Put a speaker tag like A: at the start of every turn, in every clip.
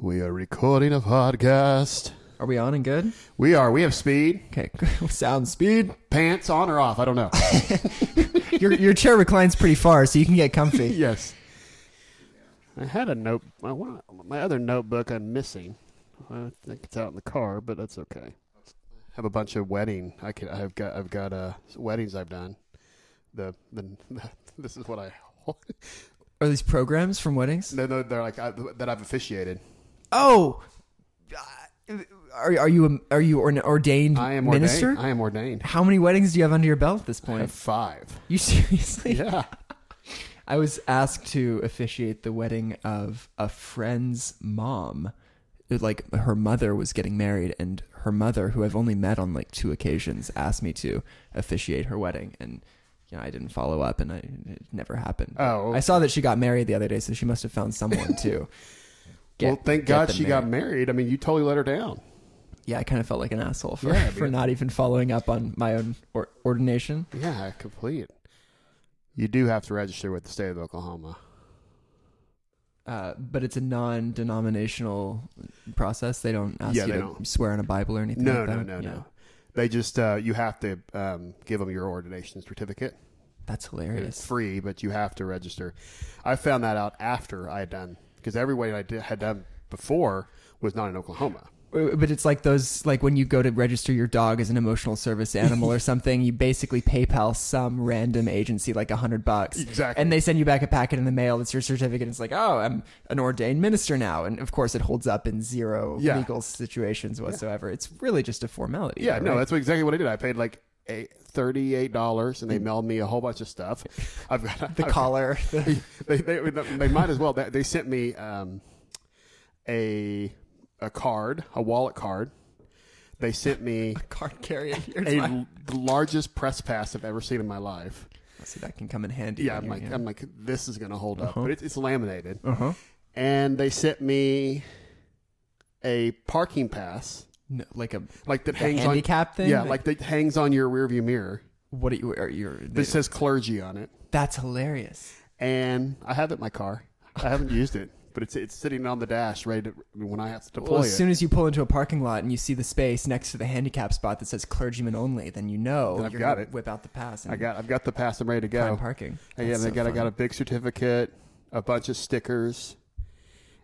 A: We are recording a podcast.
B: Are we on and good?
A: We are. We have speed.
B: Okay, sound speed.
A: Pants on or off? I don't know.
B: Your your chair reclines pretty far, so you can get comfy.
A: yes.
C: I had a note. My, one, my other notebook I'm missing. I think it's out in the car, but that's okay.
A: Have a bunch of wedding. I could. I've got. I've got uh, weddings I've done. The the. this is what I.
B: Are these programs from weddings?
A: No, no, they're like I, that I've officiated.
B: Oh, are are you a, are you an ordained
A: uh, I am
B: minister?
A: ordained. I am ordained.
B: How many weddings do you have under your belt at this
A: I
B: point?
A: have five.
B: You seriously?
A: Yeah.
B: I was asked to officiate the wedding of a friend's mom. It- Like her mother was getting married, and her mother, who I've only met on like two occasions, asked me to officiate her wedding, and you know I didn't follow up, and I, it never happened.
A: Oh.
B: I saw that she got married the other day, so she must have found someone to. get-
A: well, thank
B: get
A: God
B: them
A: she got married. I mean, you totally let her down.
B: Yeah, I kind of felt like an asshole for
A: Yeah,
B: for
A: because-
B: not even following up on my own or- ordination.
A: Yeah, complete. You do have to register with the state of Oklahoma.
B: Uh, but it's a non-denominational process. They don't ask
A: Yeah,
B: you
A: they
B: to
A: don't.
B: swear on a Bible or anything.
A: No,
B: like
A: no,
B: that.
A: no,
B: Yeah.
A: no. They just uh, you have to um, give them your ordination certificate.
B: That's
A: And It's
B: hilarious.
A: free, but you have to register. I found that out after I had done because every wedding I did, had done before was not in Oklahoma.
B: Uh, But it's like those, like when you go to register your dog as an emotional service animal or something, you basically PayPal some random agency like a hundred bucks,
A: Exactly.
B: and they send you back a packet in the mail that's your certificate. And it's like, oh, I'm an ordained minister now, and of course it holds up in zero
A: Yeah.
B: legal situations whatsoever. It's really just a formality.
A: yeah,
B: though,
A: no,
B: right?
A: that's exactly what I did. I paid like a thirty-eight dollars, and they mailed me a whole bunch of stuff. I've got
B: the
A: I've-
B: collar. the-
A: they, they, they might as well. They, they sent me um, a a card, a wallet card. They sent me
B: Card carrier.
A: a, the largest press pass I've ever seen in my life.
B: See that can come in handy.
A: Yeah, I'm
B: when you're
A: like, um,
B: young.
A: I'm like, this is gonna hold up, but it's, it's laminated.
B: Uh-huh.
A: And they sent me a parking pass,
B: No, like a
A: like that
B: The
A: hangs
B: handicap
A: on,
B: thing?
A: Yeah, like that hangs on your rearview mirror.
B: what are you are you?
A: That says clergy on it,
B: That's hilarious.
A: and I have it in my car. I haven't used it, but it's it's sitting on the dash ready to, when I have to deploy
B: Well,
A: it.
B: as soon as you pull into a parking lot and you see the space next to the handicap spot that says clergyman only, then you know
A: Then I've
B: you're
A: got
B: gonna
A: it.
B: Whip out the pass. And
A: I got I've got the pass. I'm ready to
B: find
A: go.
B: parking.
A: And yeah,
B: That's
A: they
B: so
A: got I got a
B: fun.
A: big certificate, a bunch of stickers,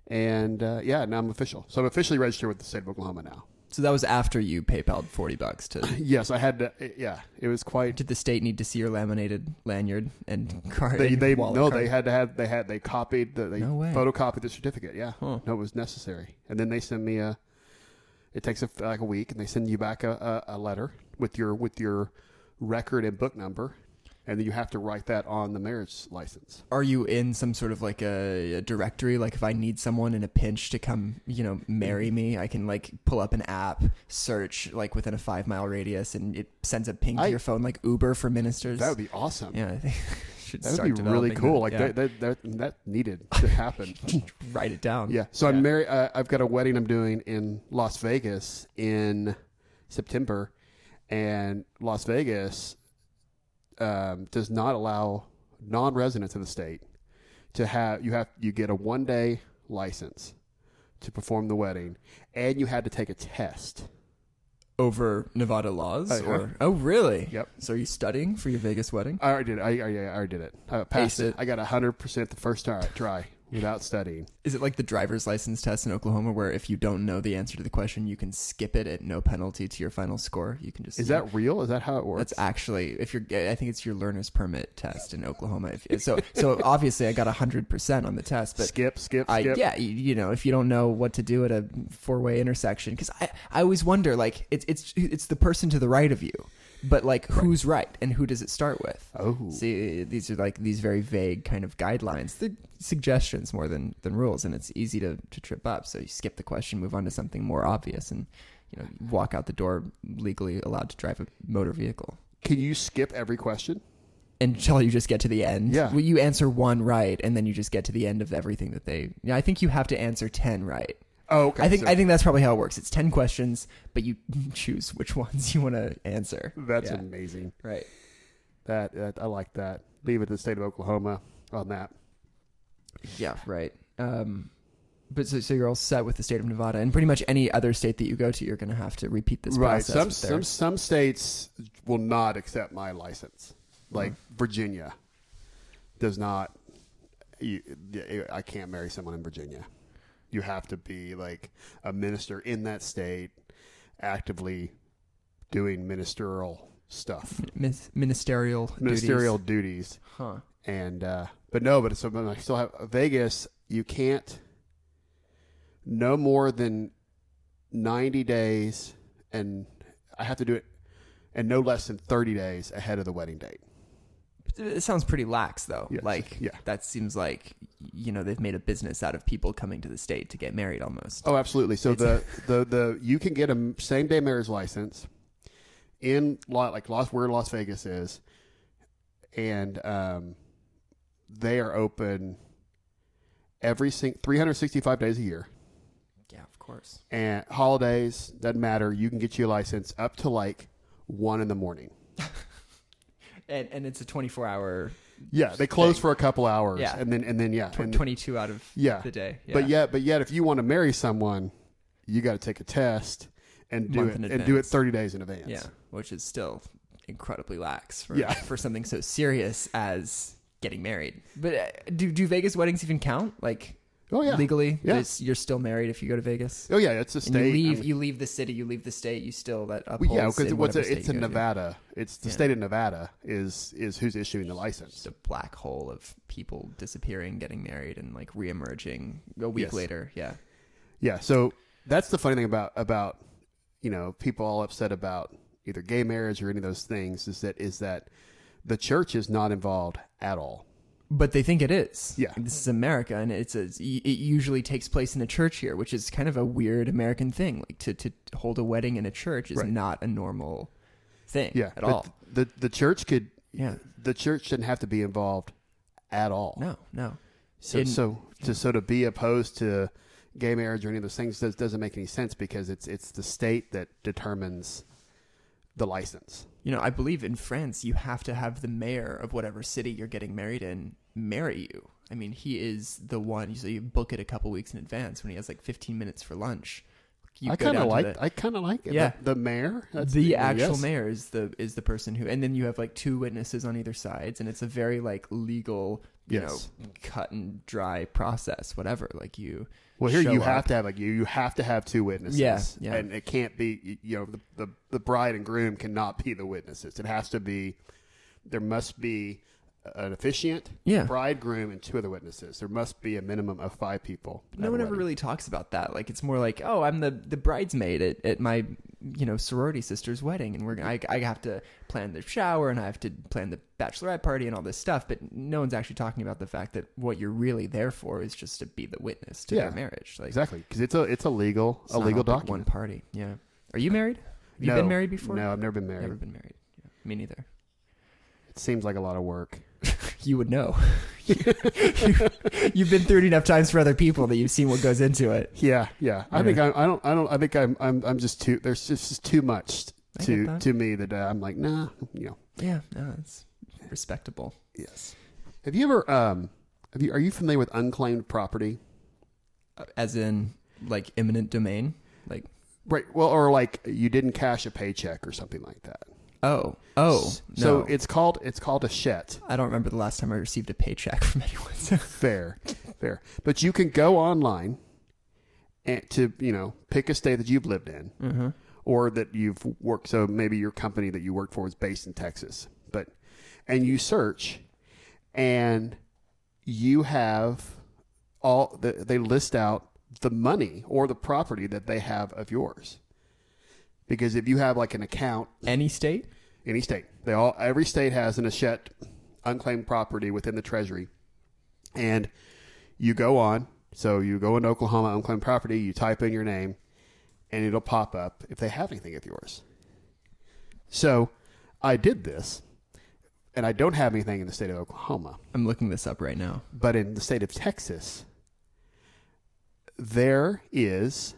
A: and uh, yeah, now I'm official. So I'm officially registered with the state of Oklahoma now.
B: So that was after you PayPal'd forty bucks to.
A: Yes, I had to. Yeah, it was quite.
B: Did the state need to see your laminated lanyard and card?
A: They
B: and
A: they
B: wallet
A: no,
B: card?
A: they had to have they had they copied the they
B: No way.
A: photocopied the certificate. Yeah,
B: Huh.
A: no, it was necessary. And then they send me a. It takes a, like a week, and they send you back a, a, a letter with your with your record and book number, and then you have to write that on the marriage license.
B: Are you in some sort of like a, a directory? Like if I need someone in a pinch to come, you know, marry me, I can like pull up an app, search like within a five mile radius, and it sends a ping
A: I-
B: to your phone, like Uber for ministers.
A: That would be awesome.
B: yeah, I think should
A: That
B: start
A: would be really
B: developing
A: cool.
B: that.
A: Like
B: Yeah.
A: that, that, that, that needed to happen.
B: write it down.
A: yeah. So I'm married. Uh, I've got a wedding I'm doing in Las Vegas in September, and Las Vegas um, does not allow non-residents of the state to have. You have you get a one-day license to perform the wedding, and you had to take a test.
B: over Nevada laws,
A: Uh-huh.
B: or oh really?
A: Yep.
B: So are you studying for your Vegas wedding?
A: I already did. It. I, I, I already did it. I passed
B: Ace
A: it.
B: it.
A: I got hundred percent the first try, try without studying.
B: Is it like the driver's license test in Oklahoma, where if you don't know the answer to the question, you can skip it at no penalty to your final score? You can just
A: Is that real? Is that how it works?
B: That's actually if you're. I think it's your learner's permit test in Oklahoma. If, so so obviously I got hundred percent on the test, but
A: skip, skip,
B: I
A: skip.
B: yeah you, you know if you don't know what to do at a four way intersection because I I always wonder like it's it's it's the person to the right of you, but like who's right and who does it start with?
A: Oh.
B: see these are like these very vague kind of guidelines, they're suggestions more than than rules, and it's easy to to trip up. So you skip the question, move on to something more obvious, and you know you walk out the door legally allowed to drive a motor vehicle.
A: Can you skip every question?
B: Until you just get to the end,
A: Yeah.
B: Well, you answer one right, and then you just get to the end of everything that they. Yeah, I think you have to answer ten right,
A: Oh, okay.
B: I think
A: so
B: I think that's probably how it works. It's ten questions, but you choose which ones you want to answer.
A: that's
B: Yeah.
A: amazing.
B: right.
A: That, that I like that. Leave it to the state of Oklahoma on that.
B: Yeah, right. Um, but so, so you're all set with the state of Nevada and pretty much any other state that you go to, you're going to have to repeat this
A: right.
B: process.
A: Some
B: with their-
A: some some states will not accept my license.
B: Mm-hmm.
A: Like Virginia does not. You, I can't marry someone in Virginia. You have to be like a minister in that state, actively doing ministerial stuff,
B: mis- ministerial
A: ministerial
B: Mm-hmm. duties.
A: duties.
B: Huh.
A: and uh but no but it's but i still have vegas you can't no more than 90 days and i have to do it and no less than 30 days ahead of the wedding date
B: It sounds pretty lax though.
A: Yes.
B: Like
A: Yeah.
B: that seems like you know they've made a business out of people coming to the state to get married almost.
A: oh absolutely so the the the you can get a same day marriage license in La- like las where las vegas is and um they are open every sing- 365 days a year
B: Yeah, of course.
A: and holidays doesn't matter. You can get your license up to like one in the morning.
B: And and it's a 24 hour
A: Yeah, they close for a couple hours,
B: Yeah.
A: and then and then yeah,
B: tw-
A: and-
B: 22 out of
A: yeah.
B: the day. Yeah.
A: But yet, but yet, if you want to marry someone, you got to take a test and do
B: Month
A: it
B: in
A: and do it
B: advance.
A: thirty days in advance.
B: Yeah, which is still incredibly lax for
A: Yeah.
B: for something so serious as getting married. But uh, do do Vegas weddings even count? Like
A: Oh yeah.
B: legally,
A: Yeah.
B: There's- you're still married if you go to Vegas.
A: Oh yeah, it's a
B: And you
A: state.
B: leave,
A: I mean,
B: you leave the city, you leave the state. You still that
A: well,
B: upholds.
A: yeah, because
B: in
A: what's
B: whatever
A: a,
B: state
A: it's
B: you
A: in
B: go to.
A: Nevada. It's the
B: Yeah.
A: state of Nevada is is who's issuing the license.
B: Just a black hole of people disappearing, getting married, and like reemerging a
A: Yes.
B: week later. Yeah,
A: Yeah, so that's the funny thing about about you know people all upset about either gay marriage or any of those things is that is that the church is not involved at all.
B: but they think it is.
A: Yeah.
B: this is America, and it's a, it usually takes place in a church here, which is kind of a weird American thing. Like to to hold a wedding in a church is
A: Right.
B: not a normal thing.
A: Yeah,
B: at
A: but
B: all.
A: The the church could
B: Yeah.
A: the church shouldn't have to be involved at all.
B: No, no.
A: So
B: In-
A: so to so to be opposed to gay marriage or any of those things does, doesn't make any sense because it's it's the state that determines the license.
B: You know, I believe in France, you have to have the mayor of whatever city you're getting married in marry you. I mean, he is the one. So you book it a couple weeks in advance when he has like 15 minutes for lunch. You
A: I
B: go
A: kind
B: down
A: of
B: to
A: like
B: the,
A: I kind of like it.
B: Yeah.
A: the, the mayor, That's-
B: the actual
A: yes.
B: mayor is the is the person who, and then you have like two witnesses on either sides, and it's a very like legal, you
A: Yes.
B: know, cut and dry process. Whatever, like you.
A: Well, here
B: show
A: you
B: up.
A: have to have like you you have to have two witnesses.
B: Yeah, yeah.
A: and it can't be you- you know the, the the bride and groom cannot be the witnesses. It has to be there must be an officiant,
B: Yeah.
A: bride, groom, and two other witnesses. There must be a minimum of five people. at
B: no
A: a
B: one ever
A: wedding.
B: really talks about that. Like it's more like, oh, I'm the the bridesmaid at, at my you know sorority sister's wedding, and we're I, I have to plan the shower and I have to plan the bachelorette party and all this stuff. But no one's actually talking about the fact that what you're really there for is just to be the witness to
A: Yeah.
B: their marriage. Like
A: exactly because it's a it's a legal
B: it's
A: a
B: not
A: legal
B: all pick One
A: document.
B: party. Yeah. Are you married? Have you
A: No.
B: been married before?
A: No, I've never been married.
B: Never been married. Yeah. Me neither.
A: It seems like a lot of work.
B: You would know. You've been through it enough times for other people that you've seen what goes into it.
A: Yeah, yeah. I
B: Yeah.
A: think I'm, I don't. I don't. I think I'm. I'm. I'm just too. There's just, just too much
B: I get
A: to
B: that.
A: to me that uh, I'm like nah. You know.
B: Yeah, no, it's respectable.
A: Yes. Have you ever um have you are you familiar with unclaimed property?
B: Uh, as in like eminent domain like
A: Right. Well, or like you didn't cash a paycheck or something like that.
B: oh oh
A: S-
B: no
A: So it's called it's called a shet.
B: i don't remember the last time i received a paycheck from anyone so
A: Fair. Fair. But you can go online and to, you know, pick a state that you've lived in
B: Mm-hmm.
A: or that you've worked so maybe your company that you work for is based in Texas. But and you search and you have all the, they list out the money or the property that they have of yours. Because if you have like an account,
B: any state
A: any state, they all every state has an asset, unclaimed property within the treasury, and you go on. So you go into Oklahoma unclaimed property, you type in your name, and it'll pop up if they have anything of yours. So I did this, and I don't have anything in the state of Oklahoma
B: i'm looking this up right now
A: but in the state of Texas, there is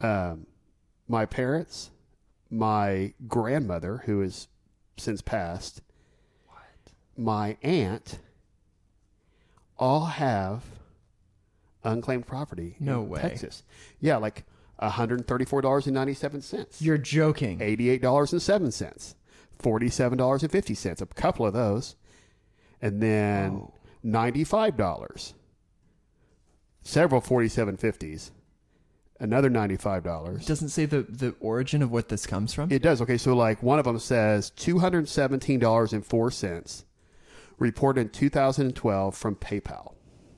A: um, my parents, my grandmother, who is since passed, my aunt, all have unclaimed property.
B: No
A: in
B: way.
A: Texas. Yeah, like $134.97.
B: You're joking.
A: $88.07, $47.50, a couple of those. And then
B: Wow.
A: $95. Several 47.50s. Another $95.
B: It doesn't say the, the origin of what this comes from.
A: It does. Okay, so like one of them says $217.04 reported in 2012 from PayPal.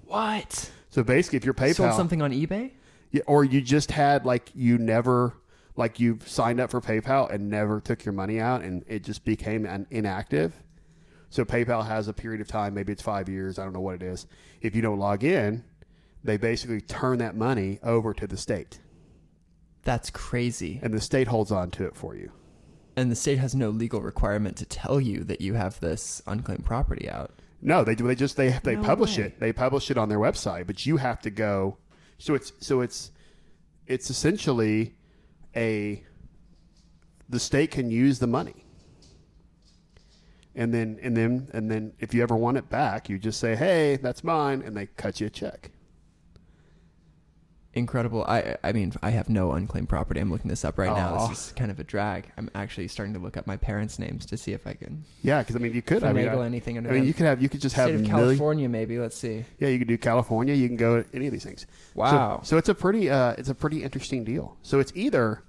B: what?
A: So basically if your PayPal
B: Sold something on eBay?
A: Yeah, or you just had like you never like you signed up for PayPal and never took your money out and it just became an inactive. So PayPal has a period of time, maybe it's 5 years, I don't know what it is. If you don't log in, they basically turn that money over to the state
B: That's crazy.
A: and the state holds on to it for you.
B: And the state has no legal requirement to tell you that you have this unclaimed property out.
A: No, they do. They just they they
B: No
A: publish
B: way.
A: it. They publish it on their website, but you have to go. So it's so it's it's essentially a the state can use the money, and then and then and then if you ever want it back, you just say, "Hey, that's mine," and they cut you a check.
B: Incredible. I I mean, I have no unclaimed property. I'm looking this up right now.
A: Aw.
B: This is kind of a drag. I'm actually starting to look up my parents' names to see if I can
A: Yeah, because I mean, you could. I mean,
B: finagle
A: I,
B: anything
A: I
B: under
A: mean,
B: them.
A: you could have you could just have
B: State of
A: million-
B: California, maybe. Let's see.
A: Yeah, you could do California. You can go any of these things.
B: Wow.
A: So, so it's a pretty uh, it's a pretty interesting deal. So it's either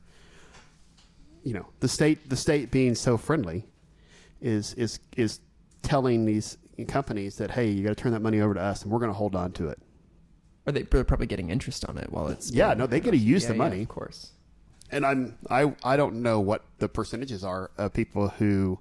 A: you know the state the state being so friendly is is is telling these companies that hey you got to turn that money over to us and we're going to hold on to it.
B: Or they, they're probably getting interest on it while it's.
A: Yeah, no, they get to use
B: Yeah,
A: the
B: yeah,
A: money.
B: of course.
A: And I'm I I don't know what the percentages are of people who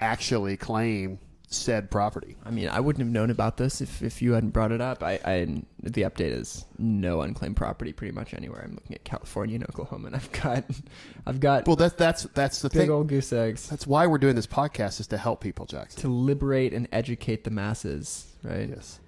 A: actually claim said property.
B: I mean, I wouldn't have known about this if, if you hadn't brought it up. I, I the update is no unclaimed property pretty much anywhere. I'm looking at California and Oklahoma, and I've got I've got
A: Well, that that's that's the
B: big
A: thing.
B: old goose eggs
A: That's why we're doing this podcast is to help people, Jackson.
B: to liberate and educate the masses. Right?
A: Yes.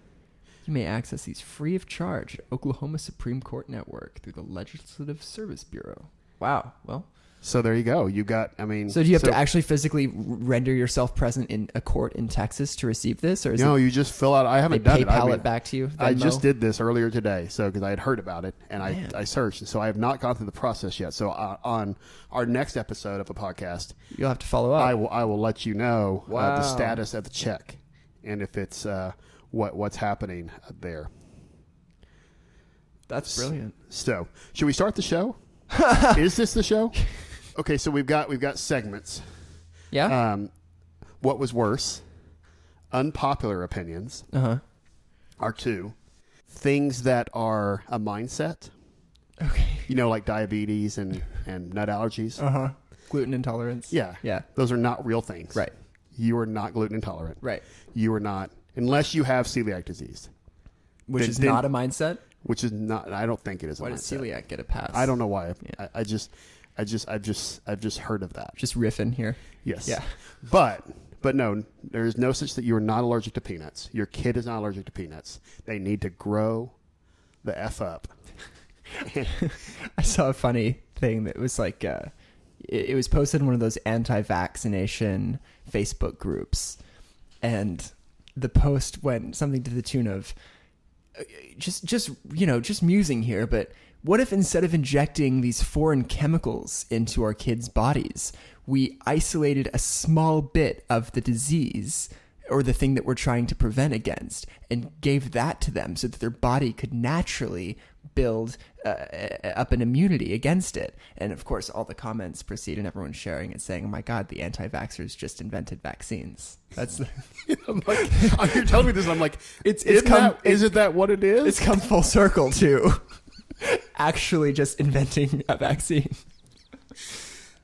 B: You may access these free of charge at Oklahoma Supreme Court Network through the Legislative Service Bureau. Wow. Well,
A: So there you go. You got. I mean.
B: so do you have to actually physically render yourself present in a court in Texas to receive this, or is
A: No,
B: it
A: you just fill out. I
B: they
A: haven't done it.
B: PayPal
A: I,
B: it,
A: mean,
B: back to you?
A: I just
B: Venmo?
A: did this earlier today, so because I had heard about it and I,
B: Man.
A: I searched, so I have not gone through the process yet. So uh, on our next episode of a podcast,
B: You'll have to follow up.
A: I will I will let you know uh,
B: Oh. Wow.
A: the status of the check and if it's uh, what what's happening there.
B: That's brilliant.
A: So should we start the show? Is this the show? Okay, so we've got we've got segments.
B: Yeah.
A: Um, what was worse? Unpopular opinions.
B: Uh huh.
A: are two things that are a mindset.
B: Okay.
A: You know, like diabetes and and nut allergies.
B: Uh huh. Gluten intolerance.
A: Uh-huh. yeah,
B: Yeah.
A: Those are not real things.
B: Right.
A: You are not gluten intolerant.
B: Right.
A: You are not, unless you have celiac disease,
B: Which
A: Then-
B: is
A: then-
B: not a mindset.
A: which is not. I don't think it is. a
B: Why does
A: mindset.
B: celiac get a pass?
A: I don't know why.
B: Yeah.
A: I, I just, I just, I've just, I've just heard of that.
B: Just riffing here.
A: Yes.
B: Yeah.
A: But but no, there is no such that you are not allergic to peanuts. Your kid is not allergic to peanuts. They need to grow the f up.
B: I saw a funny thing that was like, uh, it, it was posted in one of those anti-vaccination Facebook groups, and the post went something to the tune of, uh, just just you know just musing here, but what if instead of injecting these foreign chemicals into our kids' bodies, we isolated a small bit of the disease or the thing that we're trying to prevent against and gave that to them so that their body could naturally build uh, uh, up an immunity against it. And of course, all the comments proceed and everyone's sharing and saying, oh my God, the anti vaxxers just invented vaccines. That's the,
A: I'm like, you're telling me this. I'm like,
B: It's- it's
A: isn't
B: come-
A: that-
B: it's-
A: isn't that what it is?
B: it's come full circle to actually just inventing a vaccine.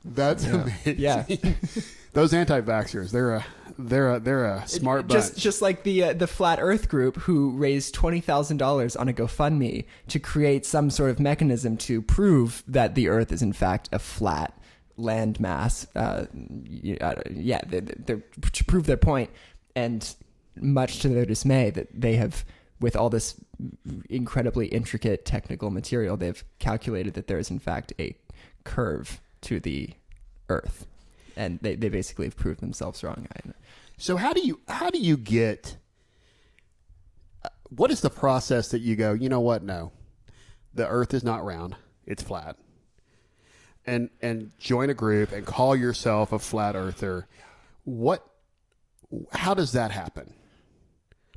A: That's amazing.
B: Yeah.
A: Those anti-vaxxers, they're a they're a they're a smart bunch.
B: Just, just like the uh, the flat Earth group who raised twenty thousand dollars on a GoFundMe to create some sort of mechanism to prove that the Earth is in fact a flat land mass. Uh, y- I don't- yeah, they're, they're, to prove their point, and much to their dismay, that they have with all this incredibly intricate technical material, they've calculated that there is in fact a curve to the Earth, and they they basically have proved themselves wrong. I,
A: so how do you how do you get uh, What is the process that you go? You know what? No, the Earth is not round; it's flat. And and join a group and call yourself a flat earther. What? How does that happen?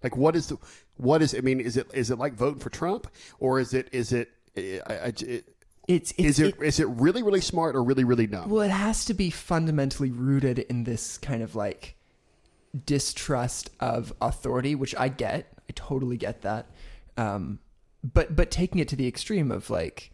A: Like, what is the? What is? I mean, is it is it like voting for Trump, or is it is it? I, I, it
B: It's, it's
A: is it, it is it really really smart or really really dumb?
B: Well, it has to be fundamentally rooted in this kind of like distrust of authority, which I get. I totally get that. Um, but but taking it to the extreme of like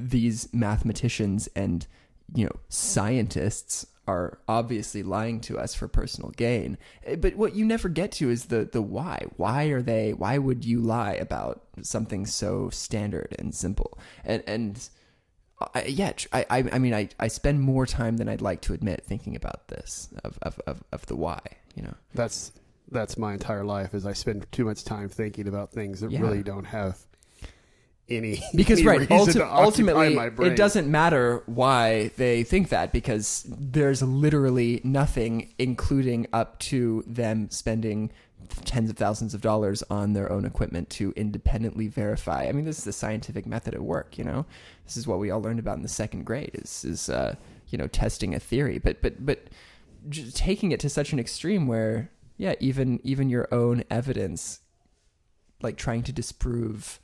B: these mathematicians and you know scientists are obviously lying to us for personal gain. Eh, But what you never get to is the the why. Why are they? Why would you lie about something so standard and simple? And and I, yeah, tr- I, I, I mean, I, I spend more time than I'd like to admit thinking about this of, of, of, of the why, you know.
A: That's that's my entire life is I spend too much time thinking about things that
B: Yeah.
A: really don't have any
B: Because
A: any
B: right,
A: reason
B: ulti-
A: to occupy
B: ultimately,
A: my brain.
B: it doesn't matter why they think that because there's literally nothing, including up to them spending tens of thousands of dollars on their own equipment to independently verify. I mean, this is the scientific method at work. You know, this is what we all learned about in the second grade. Is is uh, you know testing a theory, but but but just taking it to such an extreme where yeah, even even your own evidence, like trying to disprove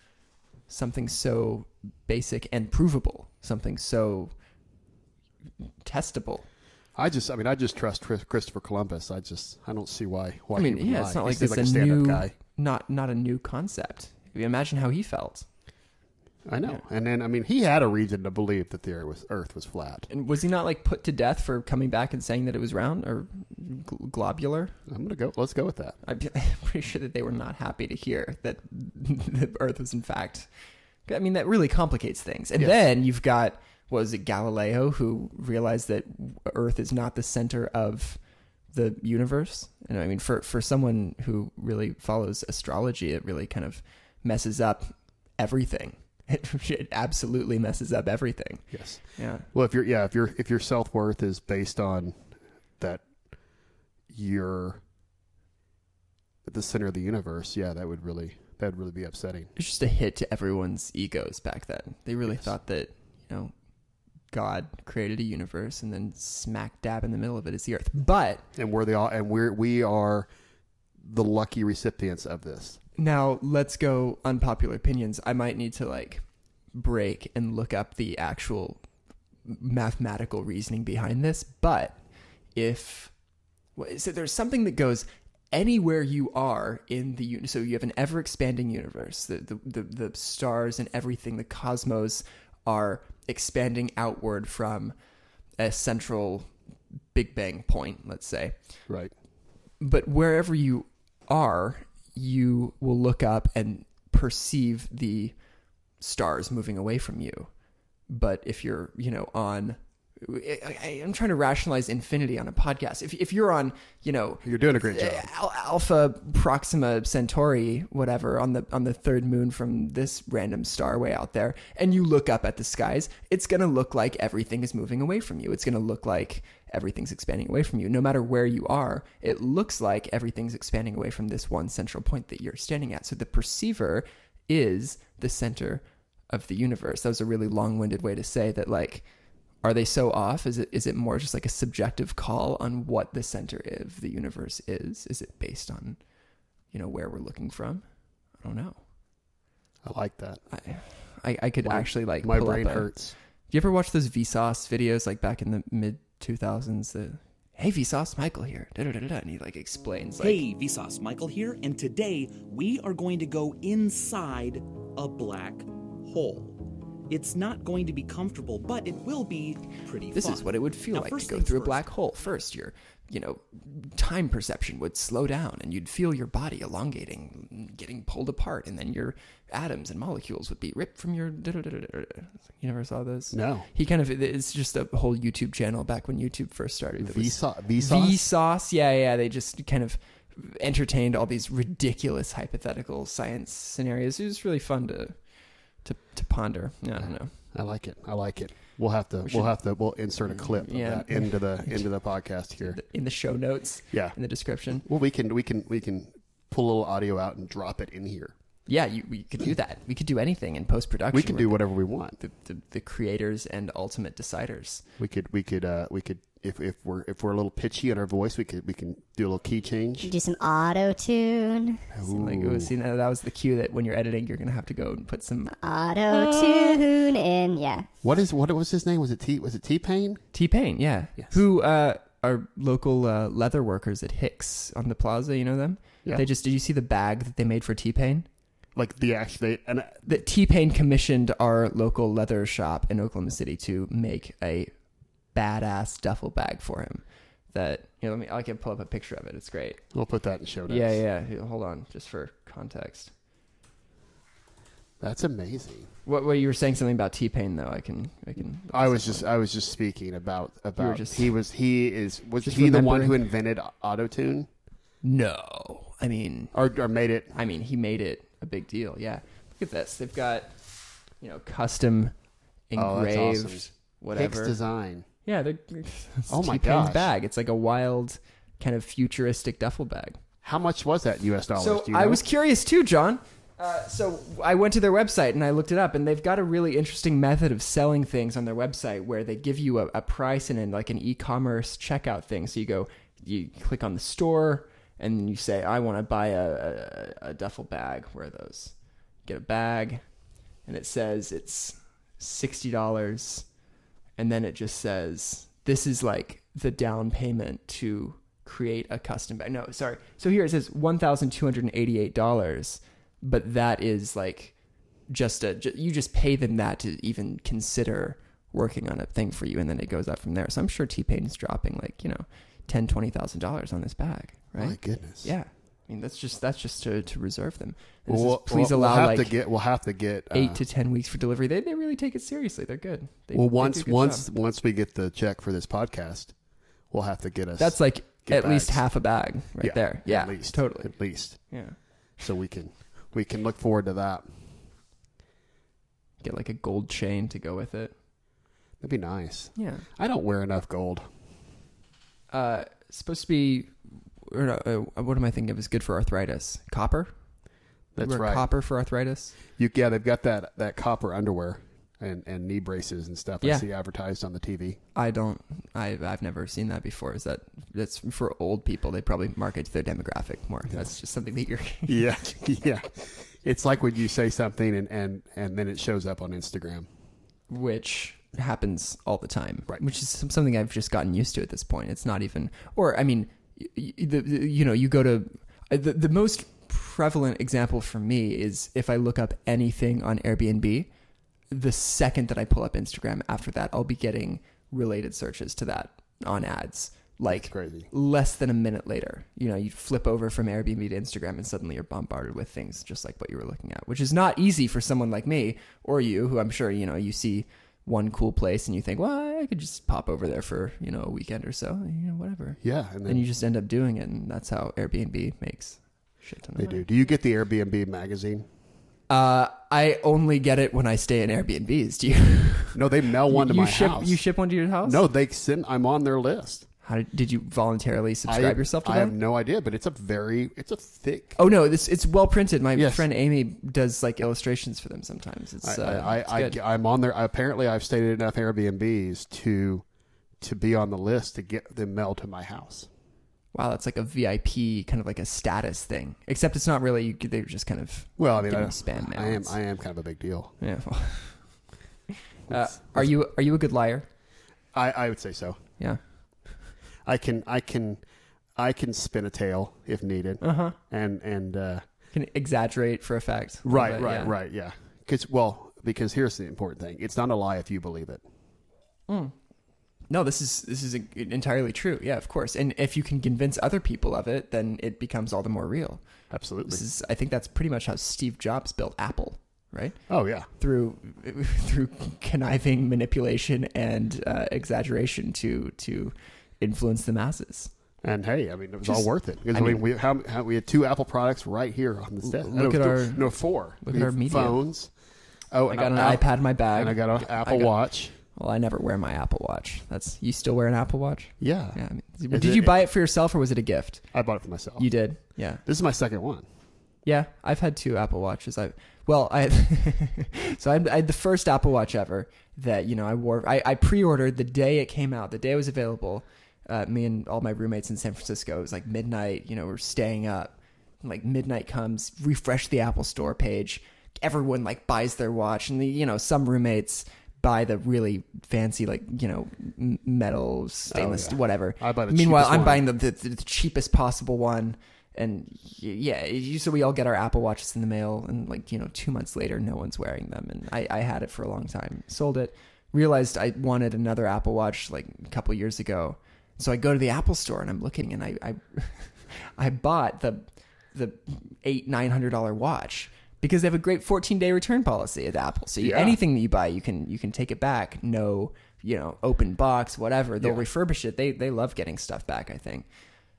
B: something so basic and provable, something so testable.
A: I just I mean I just trust Chris- Christopher Columbus. I just I don't see why why
B: I mean,
A: he would
B: yeah, it's
A: lie.
B: not like
A: He seems
B: this
A: like a
B: a
A: stand-up
B: new,
A: guy.
B: not not a new concept. Imagine how he felt.
A: I know. And then I mean he had a reason to believe that the earth was earth was flat.
B: And was he not like put to death for coming back and saying that it was round or gl- globular?
A: I'm going to go let's go with that.
B: I'm p- pretty sure that they were not happy to hear that the Earth was in fact. I mean, that really complicates things. And
A: Yes.
B: then you've got was it Galileo who realized that Earth is not the center of the universe? And I mean, for for someone who really follows astrology, it really kind of messes up everything. It, it absolutely messes up everything.
A: Yes.
B: Yeah.
A: Well, if you're yeah, if your if your self worth is based on that you're at the center of the universe, yeah, that would really that would really be upsetting.
B: It's just a hit to everyone's egos back then. They really
A: Yes.
B: thought that, you know, God created a universe and then smack dab in the middle of it is the earth. But
A: And we're the all and we're we are the lucky recipients of this.
B: now let's go unpopular opinions. I might need to like break and look up the actual mathematical reasoning behind this, but if what is it? There's something that goes anywhere you are in the uni- so you have an ever expanding universe. The, the the the stars and everything, the cosmos are expanding outward from a central Big Bang point, let's say
A: Right.
B: but wherever you are, you will look up and perceive the stars moving away from you. But if you're, you know, on, I, I, I'm trying to rationalize infinity on a podcast. If if you're on, you know,
A: You're doing a great job.
B: Uh, Al- Alpha Proxima Centauri, whatever, on the on the third moon from this random star way out there, and you look up at the skies, it's gonna look like everything is moving away from you. It's gonna look like everything's expanding away from you. No matter where you are, it looks like everything's expanding away from this one central point that you're standing at. So the perceiver is the center of the universe. That was a really long-winded way to say that, like are they so off? Is it is it more just like a subjective call on what the center of the universe is? Is it based on, you know, where we're looking from? I don't know.
A: I like that.
B: I I, I could
A: My-
B: actually like
A: My
B: pull
A: brain
B: up a-
A: hurts.
B: Do you ever watch those Vsauce videos like back in the mid two thousands? The hey Vsauce, Michael here, da da da da, and he like explains like
D: Hey, Vsauce, Michael here, and today we are going to go inside a black hole. It's not going to be comfortable, but it will be pretty
B: this
D: fun.
B: is what it would feel
D: Now,
B: like to
D: first
B: go
D: things
B: through a
D: first.
B: black hole. First, your you know time perception would slow down, and you'd feel your body elongating, getting pulled apart, and then your atoms and molecules would be ripped from your. You never saw this.
A: No.
B: He kind of it's just a whole YouTube channel back when YouTube first started. that was-
A: Vsau- Vsauce?
B: Vsauce, yeah, yeah. They just kind of entertained all these ridiculous hypothetical science scenarios. It was really fun to to to ponder. Yeah, I don't know.
A: I like it. I like it. We'll have to. We
B: should-
A: will have to. We'll insert a clip
B: Yeah.
A: of that into the into the podcast here.
B: In the show notes,
A: Yeah.
B: in the description.
A: Well, we can. We can. We can pull a little audio out and drop it in here.
B: Yeah, you, we could do that. We could do anything in post production.
A: We can do whatever we want.
B: the, the, the creators and ultimate deciders.
A: We could we could uh, we could if, if we're if we're a little pitchy in our voice, we could we can do a little key change.
E: Do some auto tune.
B: Seemed Like, ooh, see, now that was the cue that when you're editing, you're gonna have to go and put some
A: Ah.
E: Auto tune in. Yeah.
A: What is what was his name? Was it T was it T Pain?
B: T Pain. Yeah, who uh, are local uh, leather workers at Hicks on the Plaza. You know them.
A: Yeah.
B: They just did you see the bag that they made for T Pain?
A: Like the actually and uh,
B: That T Pain commissioned our local leather shop in Oklahoma City to make a badass duffel bag for him. That you know, let me. I can pull up a picture of it. It's great.
A: we'll put that in show notes.
B: Yeah, yeah. Here, Hold on, just for context.
A: That's amazing.
B: What, what you were saying something about T Pain though? I can, I can.
A: I was just I was just speaking about about
B: just-
A: he was he is was
B: Just
A: he the one
B: remembering.
A: who invented auto tune
B: No, I mean,
A: or, or made it?
B: I mean, he made it a big deal. Yeah. Look at this. They've got, you know, custom
A: Oh, that's
B: engraved
A: awesome. Hicks
B: whatever.
A: design.
B: yeah. They're,
A: Oh my
B: T-Pain's
A: gosh.
B: bag. It's like a wild kind of futuristic duffel bag.
A: How much was that in U.S. dollars?
B: So
A: do you
B: I
A: know?
B: was curious too, John. Uh, so I went to their website and I looked it up, and they've got a really interesting method of selling things on their website where they give you a, a price and then like an e-commerce checkout thing. So you go, you click on the store, and you say, "I want to buy a, a, a duffel bag." Where are those? Get a bag, and it says it's sixty dollars, and then it just says this is like the down payment to create a custom bag. No, sorry. So here it says one thousand two hundred and eighty-eight dollars, but that is like just a ju- you just pay them that to even consider working on a thing for you, and then it goes up from there. So I'm sure T Pain is dropping like you know ten twenty thousand dollars on this bag, right?
A: Oh, My goodness.
B: Yeah. I mean that's just that's just to, to reserve them. And
A: Well,
B: it says,
A: we'll-
B: please
A: we'll
B: allow
A: have
B: like
A: to get. We'll have to get uh,
B: eight to ten weeks for delivery. They they really take it seriously. They're good. They,
A: Well,
B: they do a
A: once
B: good
A: once
B: job.
A: once we get the check for this podcast, we'll have to get us.
B: that's like
A: get
B: at least
A: bags.
B: half a bag right
A: Yeah,
B: there. Yeah,
A: at least
B: totally.
A: at least
B: Yeah,
A: so we can we can look forward to that.
B: get like a gold chain to go with it.
A: That'd be nice.
B: Yeah,
A: I don't wear enough gold.
B: uh, it's supposed to be. Or, no, uh, what am I thinking of? Is good for arthritis. Copper. You
A: That's
B: wear
A: right.
B: Copper for arthritis.
A: You yeah, they've got that that copper underwear and and knee braces and stuff. I
B: Yeah.
A: see advertised on the TV.
B: I don't. I I've never seen that before. Is that that's for old people? They probably market to their demographic more. That's just something that you're.
A: Yeah, yeah. It's like when you say something and and and then it shows up on Instagram.
B: which happens all the time,
A: Right.
B: Which is some- something I've just gotten used to at this point. It's not even, or I mean, y- y- the, the, you know, you go to uh, the the most prevalent example for me is if I look up anything on Airbnb, the second that I pull up Instagram after that, I'll be getting related searches to that on ads. Like
A: crazy.
B: less than a minute later, you know, you flip over from Airbnb to Instagram and suddenly you're bombarded with things just like what you were looking at, which is not easy for someone like me or you, who I'm sure, you know, you see one cool place and you think, well, I could just pop over there for, you know, a weekend or so, you know, whatever.
A: Yeah, and then
B: And you just end up doing it. And that's how Airbnb makes shit ton of
A: they
B: money.
A: do. Do you get the Airbnb magazine?
B: Uh, I only get it when I stay in Airbnbs. Do you?
A: No, they mail one to
B: you
A: my
B: ship,
A: house.
B: You ship one to your house?
A: No, they send. I'm on their list.
B: How did, did you voluntarily subscribe
A: I,
B: yourself to
A: I have
B: them?
A: no idea, but it's a very, it's a thick.
B: Oh no, this it's well printed. My
A: Yes.
B: friend Amy does like illustrations for them sometimes. It's
A: I,
B: uh,
A: I,
B: it's
A: I,
B: good.
A: I, am on there. Apparently, I've stayed at enough Airbnbs to to be on the list to get them mailed to my house.
B: wow, that's like a VIP kind of like a status thing. Except it's not really. You, they're just kind of
A: Well, I mean,
B: Give
A: I,
B: them spam mail.
A: I am, I am kind of a big deal.
B: yeah. uh, are you are you a good liar?
A: I, I would say so.
B: Yeah.
A: I can, I can, I can spin a tale if needed,
B: Uh huh.
A: and and uh,
B: Can exaggerate for a fact. a little
A: right,
B: bit,
A: right,
B: yeah.
A: right, yeah. Because well, because here's the important thing: it's not a lie if you believe it.
B: No, this is this is entirely true. Yeah, of course. And if you can convince other people of it, then it becomes all the more real.
A: Absolutely.
B: This is I think that's pretty much how Steve Jobs built Apple, right?
A: oh yeah.
B: through through conniving manipulation and uh, exaggeration to to influence the masses.
A: And hey, I mean, it was
B: Just-
A: all worth it. Because,
B: I
A: I,
B: mean-
A: mean, we, how, how, we had two Apple products right here on this desk.
B: look
A: no,
B: at
A: th-
B: our-
A: no four.
B: look
A: We
B: at our
A: had
B: media.
A: phones. Oh,
B: I
A: and
B: got an
A: a-
B: iPad in my bag.
A: and I got an Apple
B: got-
A: Watch.
B: Well, I never wear my Apple Watch. That's you still wear an Apple Watch?
A: Yeah.
B: Yeah. I mean,
A: Is
B: did
A: it-
B: you buy it for yourself or was it a gift?
A: I bought it for myself.
B: You did. Yeah.
A: This is my second one.
B: Yeah, I've had two Apple Watches. I well, I so I, I had the first Apple Watch ever that you know I wore. I, I pre-ordered the day it came out, the day it was available. Uh, me and all my roommates in San Francisco. It was like midnight. You know, we're staying up. And, like midnight comes, refresh the Apple Store page. Everyone like buys their watch, and the you know some roommates buy the really fancy like you know m- metal stainless
A: Oh, yeah.
B: whatever.
A: I buy the
B: Meanwhile,
A: cheapest
B: I'm
A: one.
B: buying the, the, the cheapest possible one. And y- yeah, it- you- so we all get our Apple Watches in the mail, and like you know, two months later, no one's wearing them. And I, I had it for a long time, sold it, realized I wanted another Apple Watch like a couple years ago. So I go to the Apple store and I'm looking, and I I, I bought the the eight nine hundred dollar watch because they have a great fourteen day return policy at Apple. So you,
A: Yeah.
B: anything that you buy, you can you can take it back. No, you know, open box, whatever. They'll refurbish it. They they love getting stuff back. I think.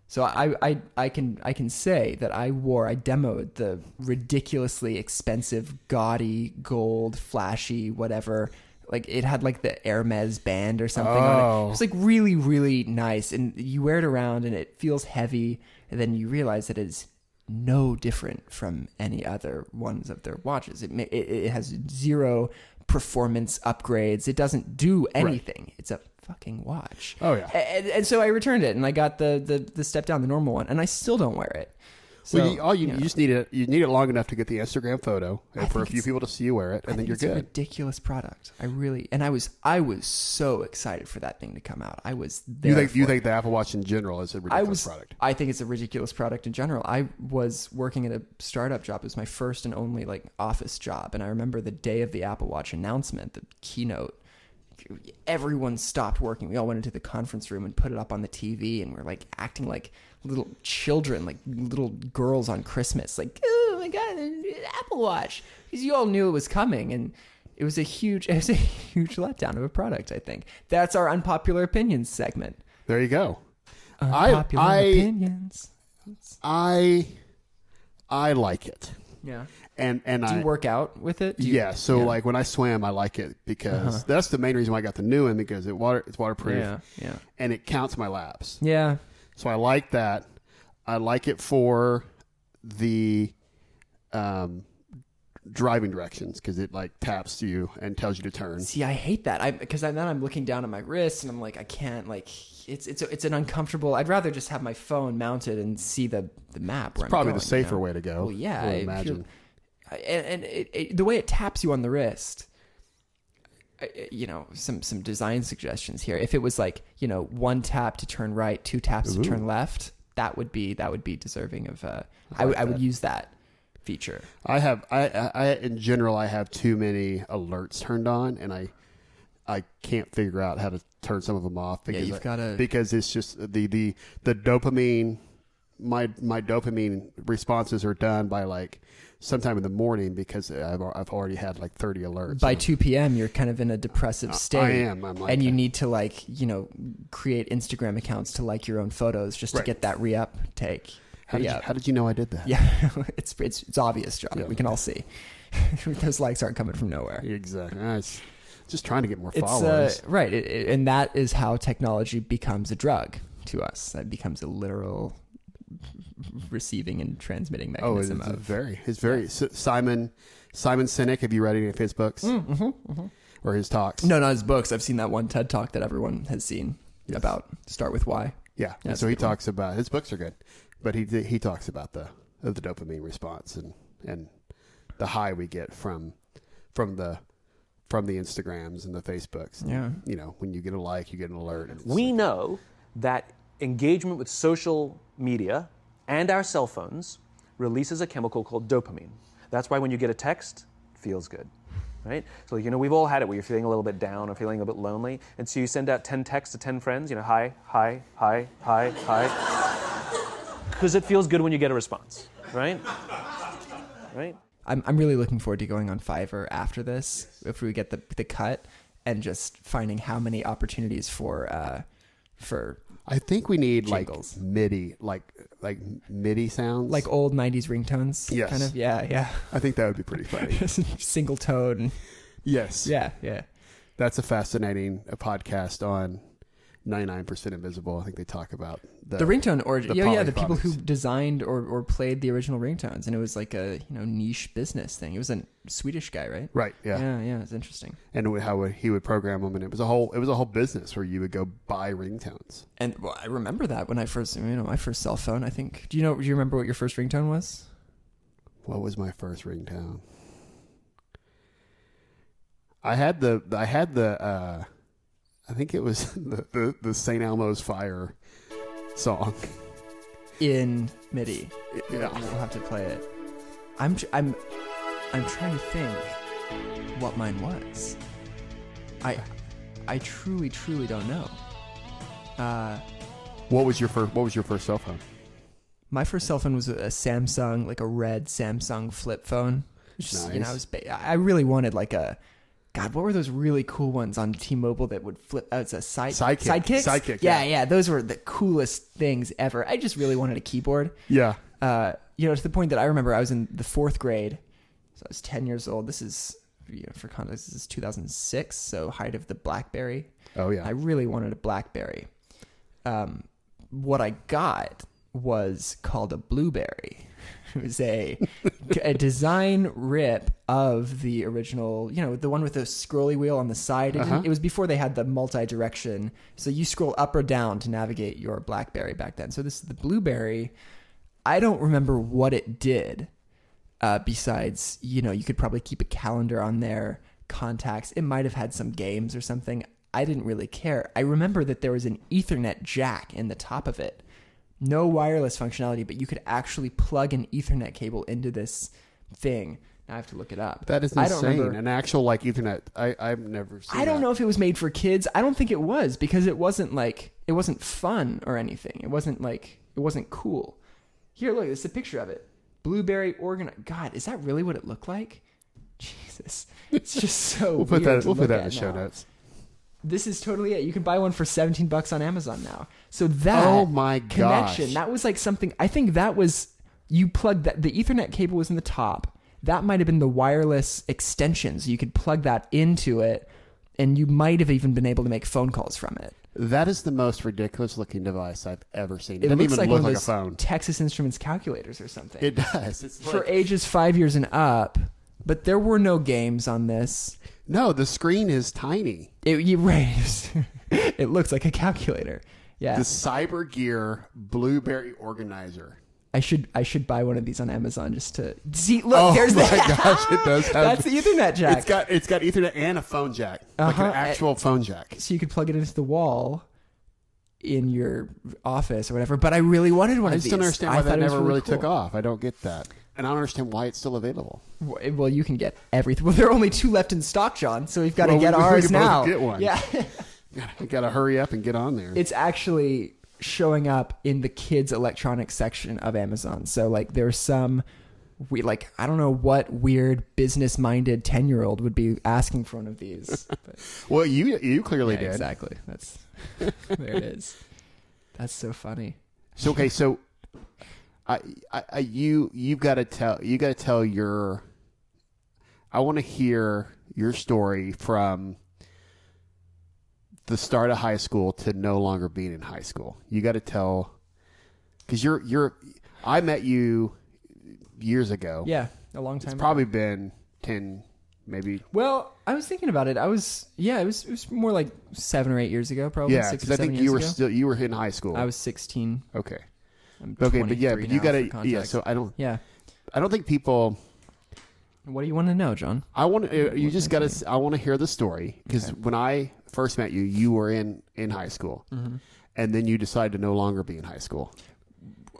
B: So I, I I can I can say that I wore I demoed the ridiculously expensive gaudy gold flashy whatever like it had like the Hermes band or something on it.
A: Oh.
B: It was like really really nice and you wear it around and it feels heavy and then you realize that it is no different from any other ones of their watches. It ma- it, it has zero performance upgrades. It doesn't do anything. It's a fucking watch.
A: Oh, yeah.
B: And, and so I returned it, and I got the, the the step down, the normal one, and I still don't wear it. So
A: well, you, all you,
B: know,
A: you just need it. You need it long enough to get the Instagram photo and
B: I
A: for a
B: think
A: few
B: it's-
A: people to see you wear it,
B: I
A: and then
B: think
A: you're
B: it's a
A: good.
B: ridiculous product. I really and I was I was so excited for that thing to come out. I was there.
A: You think you
B: for it.
A: think the Apple Watch in general is a
B: I
A: ridiculous
B: was.
A: product?
B: I think it's a ridiculous product in general. I was working at a startup job. It was my first and only like office job, and I remember the day of the Apple Watch announcement, the keynote. Everyone stopped working. We all went into the conference room and put it up on the TV, and we're like acting like little children, like little girls on Christmas, like oh my god, an Apple Watch, because you all knew it was coming, and it was a huge, it was a huge letdown of a product. I think that's our unpopular opinions segment.
A: There you go.
B: uh,
A: I
B: Unpopular
A: I,
B: opinions.
A: I I like it,
B: Yeah.
A: and and
B: Do
A: I
B: you work out with it? Do you,
A: yeah. So like when I swim, I like it because that's the main reason why I got the new one because it water it's waterproof
B: Yeah. Yeah.
A: and it counts my laps.
B: Yeah.
A: So I like that. I like it for the um, driving directions because it like taps you and tells you to turn.
B: See, I hate that. I because then I'm looking down at my wrist and I'm like, I can't. Like, it's it's it's an uncomfortable. I'd rather just have my phone mounted and see the the map. Where I'm
A: Probably
B: going,
A: the safer
B: you know?
A: way to go.
B: Well, yeah.
A: I would
B: if you're-
A: imagine.
B: I- And, and it, it, the way it taps you on the wrist. I- I- You know, some some design suggestions here. If it was like you know one tap to turn right, two taps to turn left, that would be that would be deserving of. Uh, I, would I would use that feature.
A: I have I, I I in general I have too many alerts turned on and I I can't figure out how to turn some of them off because
B: you've
A: I-
B: gotta-
A: because it's just the the the dopamine my my dopamine responses are done by like sometime in the morning because I've I've already had like 30 alerts.
B: by 2 p.m. you're kind of in a depressive state.
A: am. I'm like
B: and you
A: that.
B: need to like, you know, create Instagram accounts to like your own photos just to
A: Right.
B: get that re-up take.
A: how did, you,
B: Re-up.
A: how did you know I did that?
B: yeah, it's, it's it's obvious, John.
A: Yeah.
B: we can all see. Those likes aren't coming from nowhere.
A: Exactly. I was just trying to get more
B: It's uh,
A: followers.
B: right, it, it- and that is how technology becomes a drug to us. That becomes a literal receiving and transmitting
A: Oh, it's
B: mechanism
A: it's
B: of
A: very, it's very S- Simon, Simon Sinek. Have you read any of his books or his talks?
B: Mm, mm-hmm, no, not his books. I've seen that one TED talk that everyone has seen about start with why.
A: Yeah. and so
B: Yeah, it's a
A: he
B: good one.
A: talks about his books are good, but he he talks about the of the dopamine response and and the high we get from from the from the Instagrams and the Facebooks.
B: Yeah.
A: You know, when you get a like, you get an alert. And it's
F: We
A: like-
F: know that engagement with social media and our cell phones releases a chemical called dopamine. That's why when you get a text, it feels good. Right? So, you know, we've all had it where you're feeling a little bit down or feeling a bit lonely. And so you send out 10 texts to 10 friends, you know, hi, hi, hi, hi, hi. Because it feels good when you get a response, right? Right?
B: I'm, I'm really looking forward to going on Fiverr after this if we get the the cut and just finding how many opportunities for uh for
A: I think we need
B: Jingles.
A: like MIDI, like like MIDI sounds.
B: like old 90s ringtones
A: Yes.
B: kind of yeah yeah
A: I think that would be pretty funny.
B: single tone
A: yes.
B: yeah yeah
A: That's a fascinating uh podcast on 99% Invisible. I think they talk about
B: the ringtone origin.
A: the
B: Yeah, yeah,
A: Polly
B: Uh, the people who
A: products.
B: designed or, or played the original ringtones, and it was like a you know niche business thing. It was a Swedish guy, right?
A: Right, yeah.
B: yeah, yeah. It's interesting.
A: and how he would program them, and it was a whole it was a whole business where you would go buy ringtones.
B: And well, I remember that when I first, you know, my first cell phone. I think. Do you know? Do you remember what your first ringtone was?
A: What was my first ringtone? I had the I had the uh, I think it was the the, the St. Elmo's Fire song.
B: in MIDI.
A: Yeah.
B: we'll have to play it. I'm tr- I'm I'm trying to think what mine was. I I truly truly don't know. Uh,
A: What was your first What was your first cell phone?
B: my first cell phone was a, a Samsung, like a red Samsung flip phone. Just, You know, I
A: Nice.
B: was ba- I I really wanted like a. God, what were those really cool ones on T-Mobile that would flip? Oh, it's a side
A: Sidekick.
B: sidekicks?
A: Sidekick,
B: yeah,
A: yeah.
B: yeah, those were the coolest things ever. I just really wanted a keyboard.
A: Yeah,
B: uh, you know, to the point that I remember I was in the fourth grade, so I was ten years old. This is, you know, for context, this is 2006, so height of the BlackBerry.
A: Oh, yeah.
B: I really wanted a BlackBerry. Um, what I got was called a Blueberry. It was a a design rip of the original, you know, the one with the scrolly wheel on the side. It, didn't- it was before they had the multi-direction, so you scroll up or down to navigate your BlackBerry back then. So this the Blueberry. I don't remember what it did. Uh, besides, you know, you could probably keep a calendar on there, contacts. It might have had some games or something. I didn't really care. I remember that there was an Ethernet jack in the top of it. No wireless functionality, but you could actually plug an Ethernet cable into this thing. Now I have to look it up.
A: that is
B: I don't
A: insane.
B: remember-
A: An actual like Ethernet. I I've never. seen
B: I don't
A: that.
B: know if it was made for kids. I don't think it was because it wasn't like it wasn't fun or anything. It wasn't like it wasn't cool. Here, look, this is a picture of it. Blueberry organ. God, is that really what it looked like? Jesus, it's just so.
A: We'll put
B: weird
A: that.
B: to
A: We'll put
B: look
A: that in the
B: at
A: show
B: now.
A: notes.
B: This is totally it. You can buy one for seventeen bucks on Amazon now. So that
A: Oh my
B: connection
A: gosh.
B: that was like something. I think that was you plugged that the Ethernet cable was in the top. That might have been the wireless extensions. You could plug that into it, and you might have even been able to make phone calls from it.
A: That is the most ridiculous looking device I've ever seen. It,
B: It
A: doesn't
B: looks
A: even
B: like
A: look
B: one
A: like a
B: of those
A: phone.
B: Texas Instruments calculators or something.
A: It does. It's
B: for
A: like-
B: ages five years and up, but there were no games on this.
A: no, the screen is tiny.
B: It, you, right, it was- it looks like a calculator. Yeah,
A: The Cyber Gear Blueberry Organizer.
B: I should I should buy one of these on Amazon just to see. Look, there's
A: Oh my
B: the Ah,
A: gosh, it does have.
B: that's the Ethernet jack.
A: It's got it's got Ethernet and a phone jack, like an
B: Uh-huh.
A: actual phone jack.
B: so you could plug it into the wall in your office or whatever. But I really wanted one
A: I
B: of
A: just
B: these.
A: don't understand why
B: I
A: that
B: thought it was
A: never really, took
B: cool.
A: off. I don't get that, and I don't understand why it's still available.
B: W- eh, Well, you can get everything. Well, there are only two left in stock, John. So we've got
A: Well,
B: to
A: we-
B: get
A: we
B: ours
A: can both
B: now.
A: get one.
B: Yeah,
A: I gotta hurry up and get on there.
B: it's actually showing up in the kids' electronics section of Amazon. So like, there's some. We like I don't know what weird business-minded ten-year-old would be asking for one of these. But.
A: well, you you clearly
B: Yeah,
A: did.
B: Exactly. That's there it is. That's so funny.
A: So okay, so I, I, I you you've got to tell you got to tell your. I want to hear your story from the start of high school to no longer being in high school. You got to tell because you're you're. I met you years ago.
B: Yeah, a long time.
A: it's
B: ago.
A: probably been ten, maybe.
B: Well, I was thinking about it. I was yeah, it was it was more like seven or eight years ago, probably.
A: Yeah,
B: six
A: because
B: or
A: I
B: seven
A: think
B: years
A: you were
B: ago.
A: still you were in high school.
B: I was sixteen.
A: okay.
B: I'm
A: Okay, but yeah,
B: 23
A: but you
B: now,
A: got
B: for
A: to yeah.
B: context.
A: So I don't
B: yeah.
A: I don't think people.
B: What do you want to know, John?
A: I want to. You just got to. I want to hear the story because when I first met you, you were in in high school,
B: Mm-hmm.
A: and then you decided to no longer be in high school.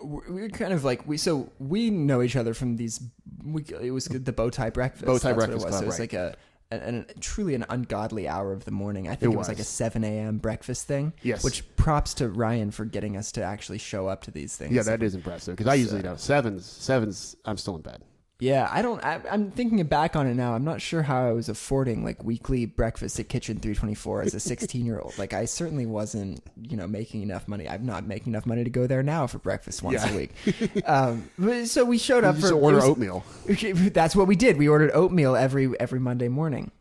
B: We're we're kind of like we so we know each other from these. We, it was the bow tie breakfast.
A: Bow Tie
B: That's what
A: Breakfast
B: it was.
A: Club,
B: So it was
A: right.
B: like a an, an truly an ungodly hour of the morning. I think it,
A: It
B: was. like a
A: was.
B: seven a.m. breakfast thing.
A: Yes.
B: Which props to Ryan for getting us to actually show up to these things.
A: Yeah, that is impressive because I usually know sevens. Sevens, I'm still in bed.
B: Yeah, I don't. I, I'm thinking back on it now. I'm not sure how I was affording like weekly breakfast at Kitchen 324 as a 16 year old. Like, I certainly wasn't, you know, making enough money. I'm not making enough money to go there now for breakfast once
A: Yeah.
B: a week. Um, but- so we showed up
A: You
B: for
A: just order
B: it was-
A: oatmeal.
B: That's what we did. We ordered oatmeal every every Monday morning.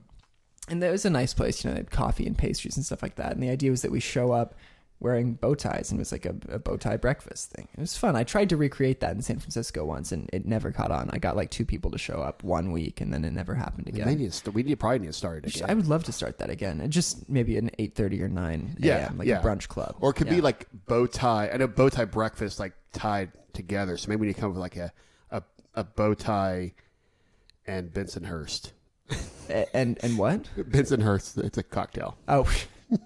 B: and it was a nice place. You know, they had coffee and pastries and stuff like that. And the idea was that we show up wearing bow ties, and it was like a, a bow tie breakfast thing. It was fun. I tried to recreate that in San Francisco once, and it never caught on. I got like two people to show up one week, and then it never happened again.
A: They need to st- we need probably need to start it
B: Sh-
A: again.
B: I would love to start that again, and just maybe an eight thirty or nine
A: yeah,
B: a.m. like
A: yeah.
B: a brunch club,
A: or it could
B: Yeah.
A: be like bow tie. I know bow tie breakfast like tied together, so maybe we need to come up with like a a, a bow tie and Bensonhurst.
B: A- and and what?
A: Bensonhurst, it's a cocktail.
B: Oh,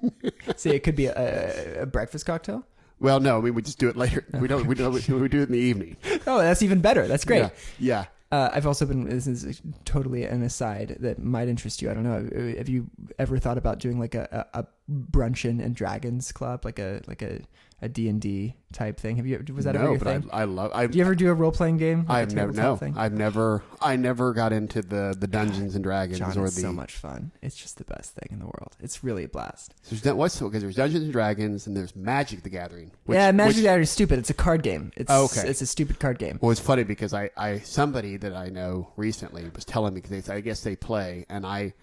B: see, it could be a, a breakfast cocktail.
A: Well, no, we would just do it later. We don't. We don't. We do it in the evening.
B: Oh, that's even better. That's great.
A: Yeah. yeah.
B: Uh, I've also been. This is totally an aside that might interest you. I don't know. Have you ever thought about doing like a, a, a brunchin and dragons club, like a like a a D and D type thing? Have you? Was that
A: no,
B: ever your
A: but
B: thing?
A: I, I love. I,
B: do you ever do a role playing game? like a
A: I've never.
B: tabletop
A: No, I've never. I never got into the the Dungeons and Dragons
B: John,
A: or
B: it's
A: the.
B: so much fun. It's just the best thing in the world. It's really a blast.
A: There's dun- what's because there's Dungeons and Dragons and there's Magic the Gathering. Which,
B: yeah, Magic
A: which- Oh,
B: the Gathering is stupid. It's a card game. It's
A: Okay.
B: It's a stupid card game.
A: Well, it's funny because I, I somebody that I know recently was telling me because I guess they play and I.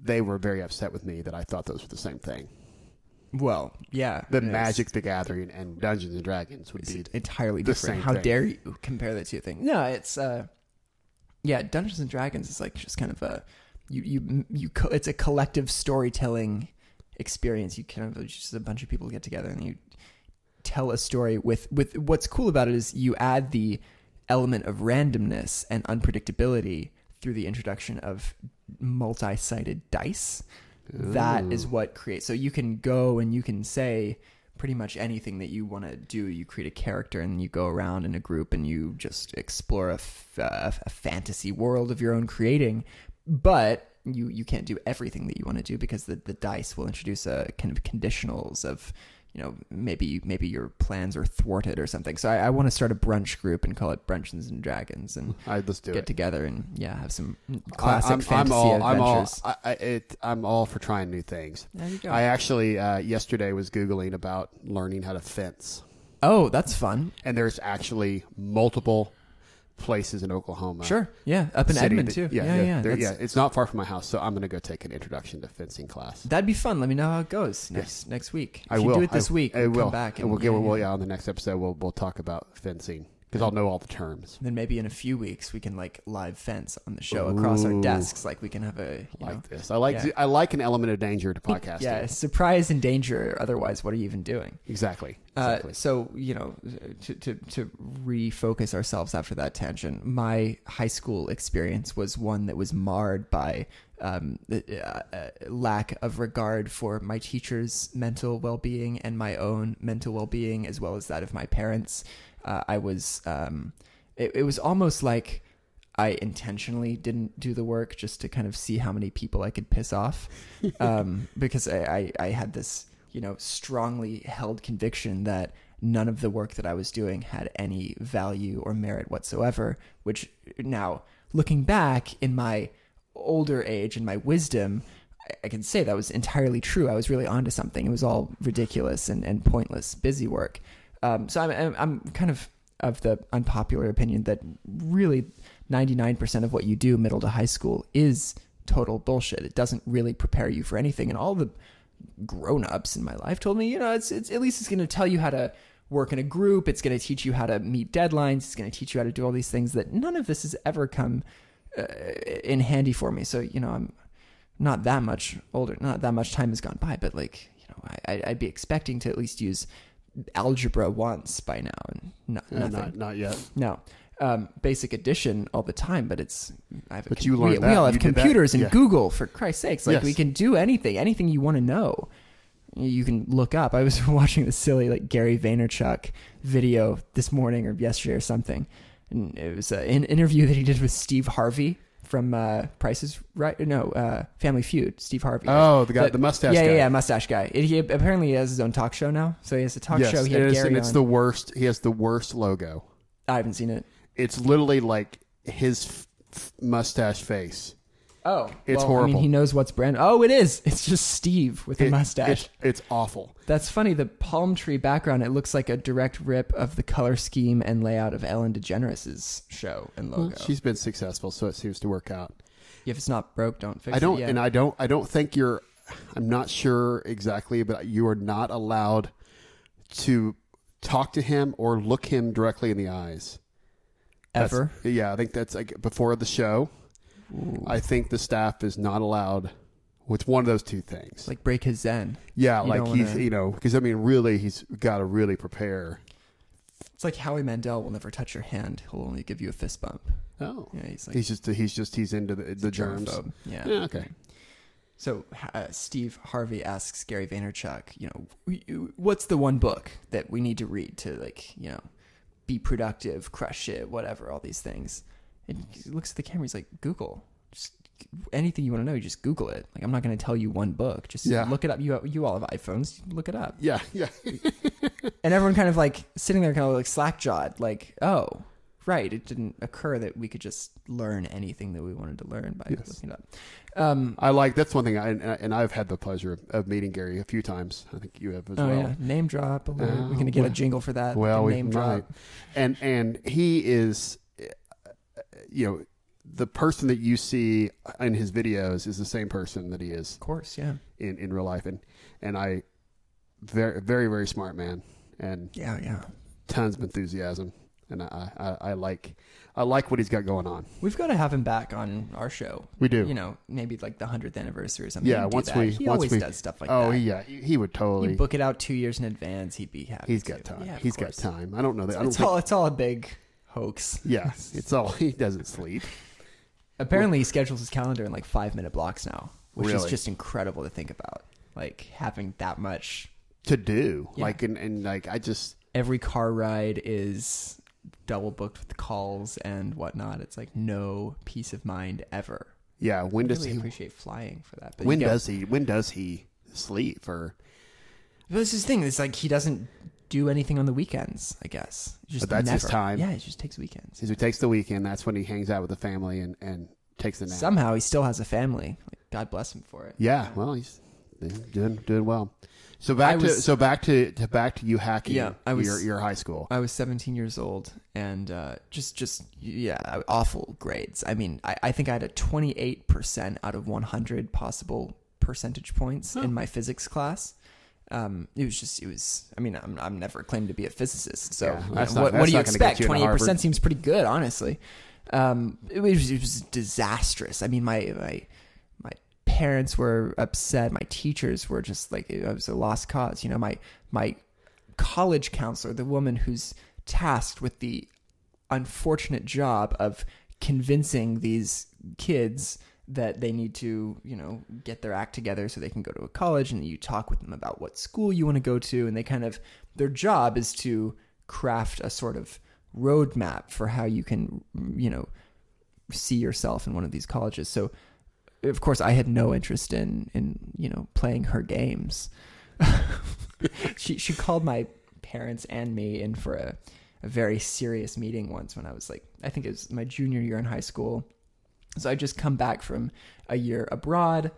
A: They were very upset with me that I thought those were the same thing.
B: Well, yeah.
A: The
B: it's
A: Magic the Gathering and Dungeons and Dragons would be
B: entirely
A: the
B: different.
A: same
B: How
A: thing.
B: dare you compare the two things? No, it's uh, yeah. Dungeons and Dragons is like just kind of a you you you. Co- it's a collective storytelling experience. You kind of just a bunch of people get together and you tell a story with with what's cool about it is you add the element of randomness and unpredictability through the introduction of multi-sided dice that is what creates so you can go and you can say pretty much anything that you want to do you create a character and you go around in a group and you just explore a, f- uh, a fantasy world of your own creating but you you can't do everything that you want to do because the, the dice will introduce a kind of conditionals of you know maybe maybe your plans are thwarted or something so i, I want to start a brunch group and call it brunchins and dragons and
A: I let's do
B: get
A: it.
B: together and yeah have some classic
A: I, I'm, I'm
B: fantasy
A: all,
B: adventures
A: I'm all, I, I, it, I'm all for trying new things.
B: There you go.
A: I actually uh, yesterday was googling about learning how to fence,
B: oh that's fun
A: and there's actually multiple places in Oklahoma.
B: sure yeah up in
A: city
B: edmond
A: that-
B: too yeah yeah,
A: there-
B: that's-
A: yeah, It's not far from my house, so I'm going to go take an introduction to fencing class.
B: That'd be fun. Let me know how it goes next next week. If
A: I
B: you
A: will
B: do it this
A: I-
B: week.
A: I
B: we'll
A: will.
B: come back
A: and we'll get. well, yeah, on the next episode, we'll we'll talk about fencing because I'll know all the terms.
B: Then maybe in a few weeks we can like live fence on the show across our
A: Ooh.
B: desks. Like we can have a you know,
A: Like this, I like
B: Yeah.
A: I like an element of danger to podcasting.
B: yeah surprise and danger. Otherwise, what are you even doing?
A: exactly.
B: Uh,
A: exactly.
B: so you know, to, to to refocus ourselves after that tangent, my high school experience was one that was marred by um, the, uh, uh, lack of regard for my teacher's mental well being and my own mental well being, as well as that of my parents. Uh, I was um, it, it was almost like I intentionally didn't do the work just to kind of see how many people I could piss off, um, because I, I I had this you know strongly held conviction that none of the work that I was doing had any value or merit whatsoever. Which now looking back in my older age and my wisdom, I, I can say that was entirely true. I was really onto something. It was all ridiculous and, and pointless busy work. Um, so I'm, I'm I'm kind of of the unpopular opinion that really 99% of what you do middle to high school is total bullshit. It doesn't really prepare you for anything. And all the grown-ups in my life told me, you know, it's, it's at least it's going to tell you how to work in a group. It's going to teach you how to meet deadlines. It's going to teach you how to do all these things that none of this has ever come uh, in handy for me. So, you know, I'm not that much older, not that much time has gone by, but like, you know, I, I'd- I'd be expecting to at least use algebra once by now and no,
A: Uh,
B: nothing.
A: not not yet.
B: No. Um, basic addition all the time, but it's. I have a
A: But
B: com-
A: you learned
B: we, we
A: that.
B: all have
A: You did that.
B: computers and
A: Yeah.
B: Google for Christ's sakes. Like
A: Yes.
B: we can do anything, anything you want to know, you can look up. I was watching this silly like Gary Vaynerchuk video this morning or yesterday or something, and it was uh, an interview that he did with Steve Harvey from uh, Prices Right. No, uh, Family Feud. Steve Harvey.
A: Oh, the guy- the mustache
B: Yeah, yeah,
A: guy.
B: yeah, mustache guy. He apparently he has his own talk show now, so he has a talk
A: yes,
B: show. He
A: it
B: had
A: is,
B: Gary
A: and it's
B: on.
A: the worst. He has the worst logo.
B: I haven't seen it.
A: It's literally like his f- f- mustache face.
B: Oh,
A: It's
B: well, I mean,
A: horrible.
B: he knows what's brand. Oh, it is. It's just Steve with a
A: It-
B: mustache.
A: It's, it's awful.
B: That's funny. The palm tree background. It looks like a direct rip of the color scheme and layout of Ellen DeGeneres' show and logo.
A: She's been successful, so it seems to work out.
B: If it's not broke, don't fix
A: I don't,
B: it. Yeah.
A: and I don't, I don't think you're. I'm not sure exactly, but you are not allowed to talk to him or look him directly in the eyes. That's-
B: ever.
A: yeah, I think that's like before the show. I think the staff is not allowed. It's one of those two things.
B: Like break his zen.
A: yeah,
B: you
A: like
B: don't
A: he's
B: wanna-
A: you know because I mean really he's got to really prepare.
B: It's like Howie Mandel will never touch your hand. He'll only give you a fist bump.
A: Oh,
B: Yeah, he's like
A: he's just he's just he's into the, the germs.
B: germaphobe. Yeah.
A: Yeah, okay.
B: So uh, Steve Harvey asks Gary Vaynerchuk, you know, "W- what's the one book that we need to read to like, you know, be productive, crush it, whatever, all these things. And he looks at the camera. He's like, Google. Just anything you want to know, you just Google it. Like I'm not going to tell you one book. Just
A: Yeah.
B: look it up. You you all have iPhones. Look it up.
A: Yeah, yeah,
B: And everyone kind of like sitting there, kind of like slack jawed, like, oh, right, it didn't occur that we could just learn anything that we wanted to learn by looking it up. Um,
A: I like that's one thing, I, and, and I've had the pleasure of, of meeting Gary a few times. I think you have as
B: oh
A: well.
B: yeah, name drop. We're
A: Oh,
B: gonna get a
A: well-
B: jingle for that.
A: Well,
B: the
A: we
B: name
A: might. And and he is, uh, you know, the person that you see in his videos is the same person that he is
B: Of course, yeah,
A: in, in real life, and and I, very very very smart man, and
B: yeah, yeah.
A: tons of enthusiasm, and I I, I like I like what he's got going on.
B: We've got to have him back on our show.
A: We do.
B: You know, maybe like the hundredth anniversary or something.
A: Yeah,
B: We'd do
A: once
B: that.
A: we
B: he
A: once
B: always
A: we
B: does stuff like
A: oh,
B: that.
A: he- yeah, he, he would totally.
B: He'd book it out two years in advance. He'd be happy.
A: he's
B: to.
A: got time.
B: Yeah, of
A: he's got
B: course.
A: time. I don't know that. I don't
B: It's
A: think,
B: all it's all a big hoax.
A: yeah, it's all he doesn't sleep.
B: Apparently, he schedules his calendar in like five minute blocks now, which is
A: Really?
B: just incredible to think about. Like having that much.
A: to do. Like and, and like I just
B: Every car ride is double booked with calls and whatnot. It's like no peace of mind ever.
A: yeah, when does
B: really
A: he
B: appreciate flying for that. But
A: when
B: you get-
A: does he when does he sleep or
B: But this is the thing. It's like he doesn't do anything on the weekends. I guess. Just
A: But that's his
B: never.
A: time.
B: Yeah, he just takes weekends.
A: since he takes the weekend, that's when he hangs out with the family and, and takes the nap.
B: Somehow he still has a family. Like, God bless him for it.
A: yeah, well he's doing doing well. So back
B: I
A: to
B: was-
A: so back to, to back to you hacking
B: Yeah, I was-
A: your your high school.
B: I was 17 years old and uh, just, just yeah, awful grades. I mean, I, I think I had a 28% out of 100 possible percentage points in my physics class. Um, it was just, it was, I mean, I'm, I'm never claimed to be a physicist. So
A: Yeah,
B: you
A: that's
B: know,
A: not-
B: what, what
A: that's
B: do you
A: not gonna get
B: expect?
A: you into
B: 28%
A: Harvard.
B: seems pretty good, honestly. Um, it was, it was disastrous. I mean, my, my, my parents were upset. My teachers were just like, it was a lost cause. You know, my, my college counselor, the woman who's tasked with the unfortunate job of convincing these kids that they need to, you know, get their act together so they can go to a college and you talk with them about what school you want to go to and they kind of their job is to craft a sort of roadmap for how you can, you know, see yourself in one of these colleges. So of course I had no interest in in, you know, playing her games. she she called my parents and me in for a, a very serious meeting once when I was like I think it was my junior year in high school. So I just come back from a year abroad,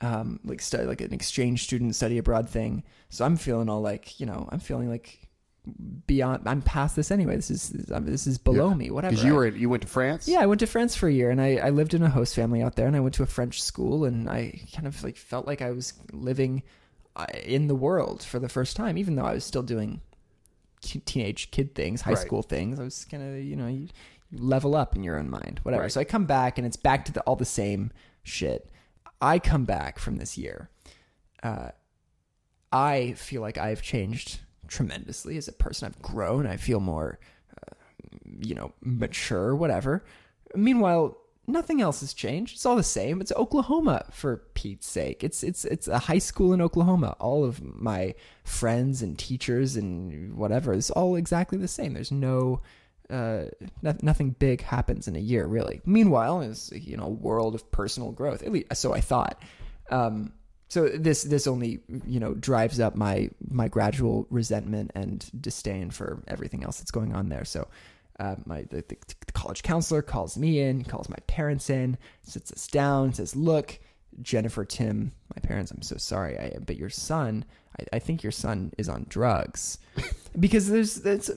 B: um, like study like an exchange student study abroad thing. So I'm feeling all like you know I'm feeling like beyond I'm past this anyway. This is this is- I'm- this is below
A: Yeah.
B: me. Whatever.
A: Because you
B: I-
A: were you went to France?
B: yeah, I went to France for a year, and I, I lived in a host family out there, and I went to a French school, and I kind of like felt like I was living uh, in the world for the first time, even though I was still doing t- teenage kid things, high
A: Right.
B: school things. I was kind of you know you, you level up in your own mind, whatever.
A: Right.
B: So I come back, and it's back to the, all the same shit. I come back from this year. Uh, I feel like I've changed tremendously as a person. I've grown. I feel more you know, mature, whatever. Meanwhile, nothing else has changed. It's all the same. It's Oklahoma for Pete's sake. It's it's it's a high school in Oklahoma. All of my friends and teachers and whatever is all exactly the same. There's no uh, no, nothing big happens in a year really. Meanwhile, it's you know a world of personal growth. At least so I thought. Um, so this this only you know drives up my my gradual resentment and disdain for everything else that's going on there. So uh, my the, the, the college counselor calls me in, calls my parents in, sits us down, says, "Look, Jennifer, Tim, my parents, I'm so sorry, I, but your son, I, I think your son is on drugs." because there's that's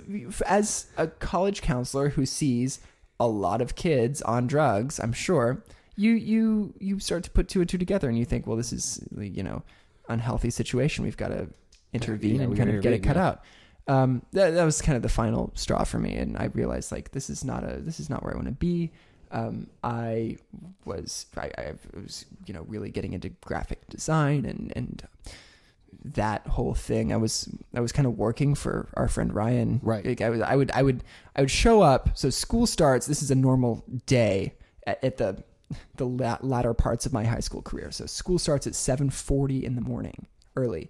B: as a college counselor who sees a lot of kids on drugs, I'm sure you you you start to put two and two together, and you think, well, this is you know unhealthy situation. We've got to intervene
G: Yeah,
B: and
G: we
B: kind
G: gotta
B: of get it
G: intervene,
B: cut
G: yeah.
B: out. Um, that that was kind of the final straw for me, and I realized like this is not a this is not where I want to be. Um, I was I, I was you know really getting into graphic design and and that whole thing. I was I was kind of working for our friend Ryan.
A: Right.
B: Like, I was I would I would I would show up. So school starts. This is a normal day at, at the the la- latter parts of my high school career. So school starts at seven forty in the morning, early.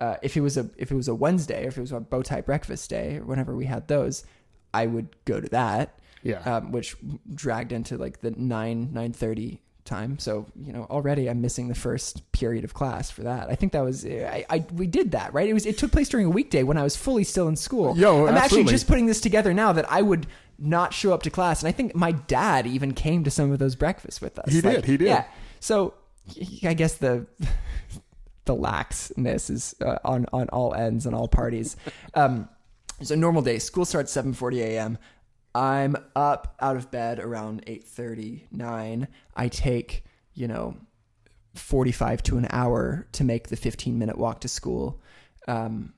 B: Uh, if it was a if it was a Wednesday, or if it was a bow tie breakfast day, or whenever we had those, I would go to that.
A: Yeah.
B: Um, which dragged into like the nine nine thirty time. So you know already I'm missing the first period of class for that. I think that was I, I we did that right. It was it took place during a weekday when I was fully still in school.
A: Yo,
B: I'm actually
A: absolutely.
B: just putting this together now that I would not show up to class, and I think my dad even came to some of those breakfasts with us.
A: He did, he did.
B: Yeah. So y- I guess the the laxness is uh, on on all ends and all parties. Um, so normal day, school starts seven forty a.m. I'm up out of bed around 8:30, 9. I take, you know, 45 to an hour to make the 15 minute walk to school. Um,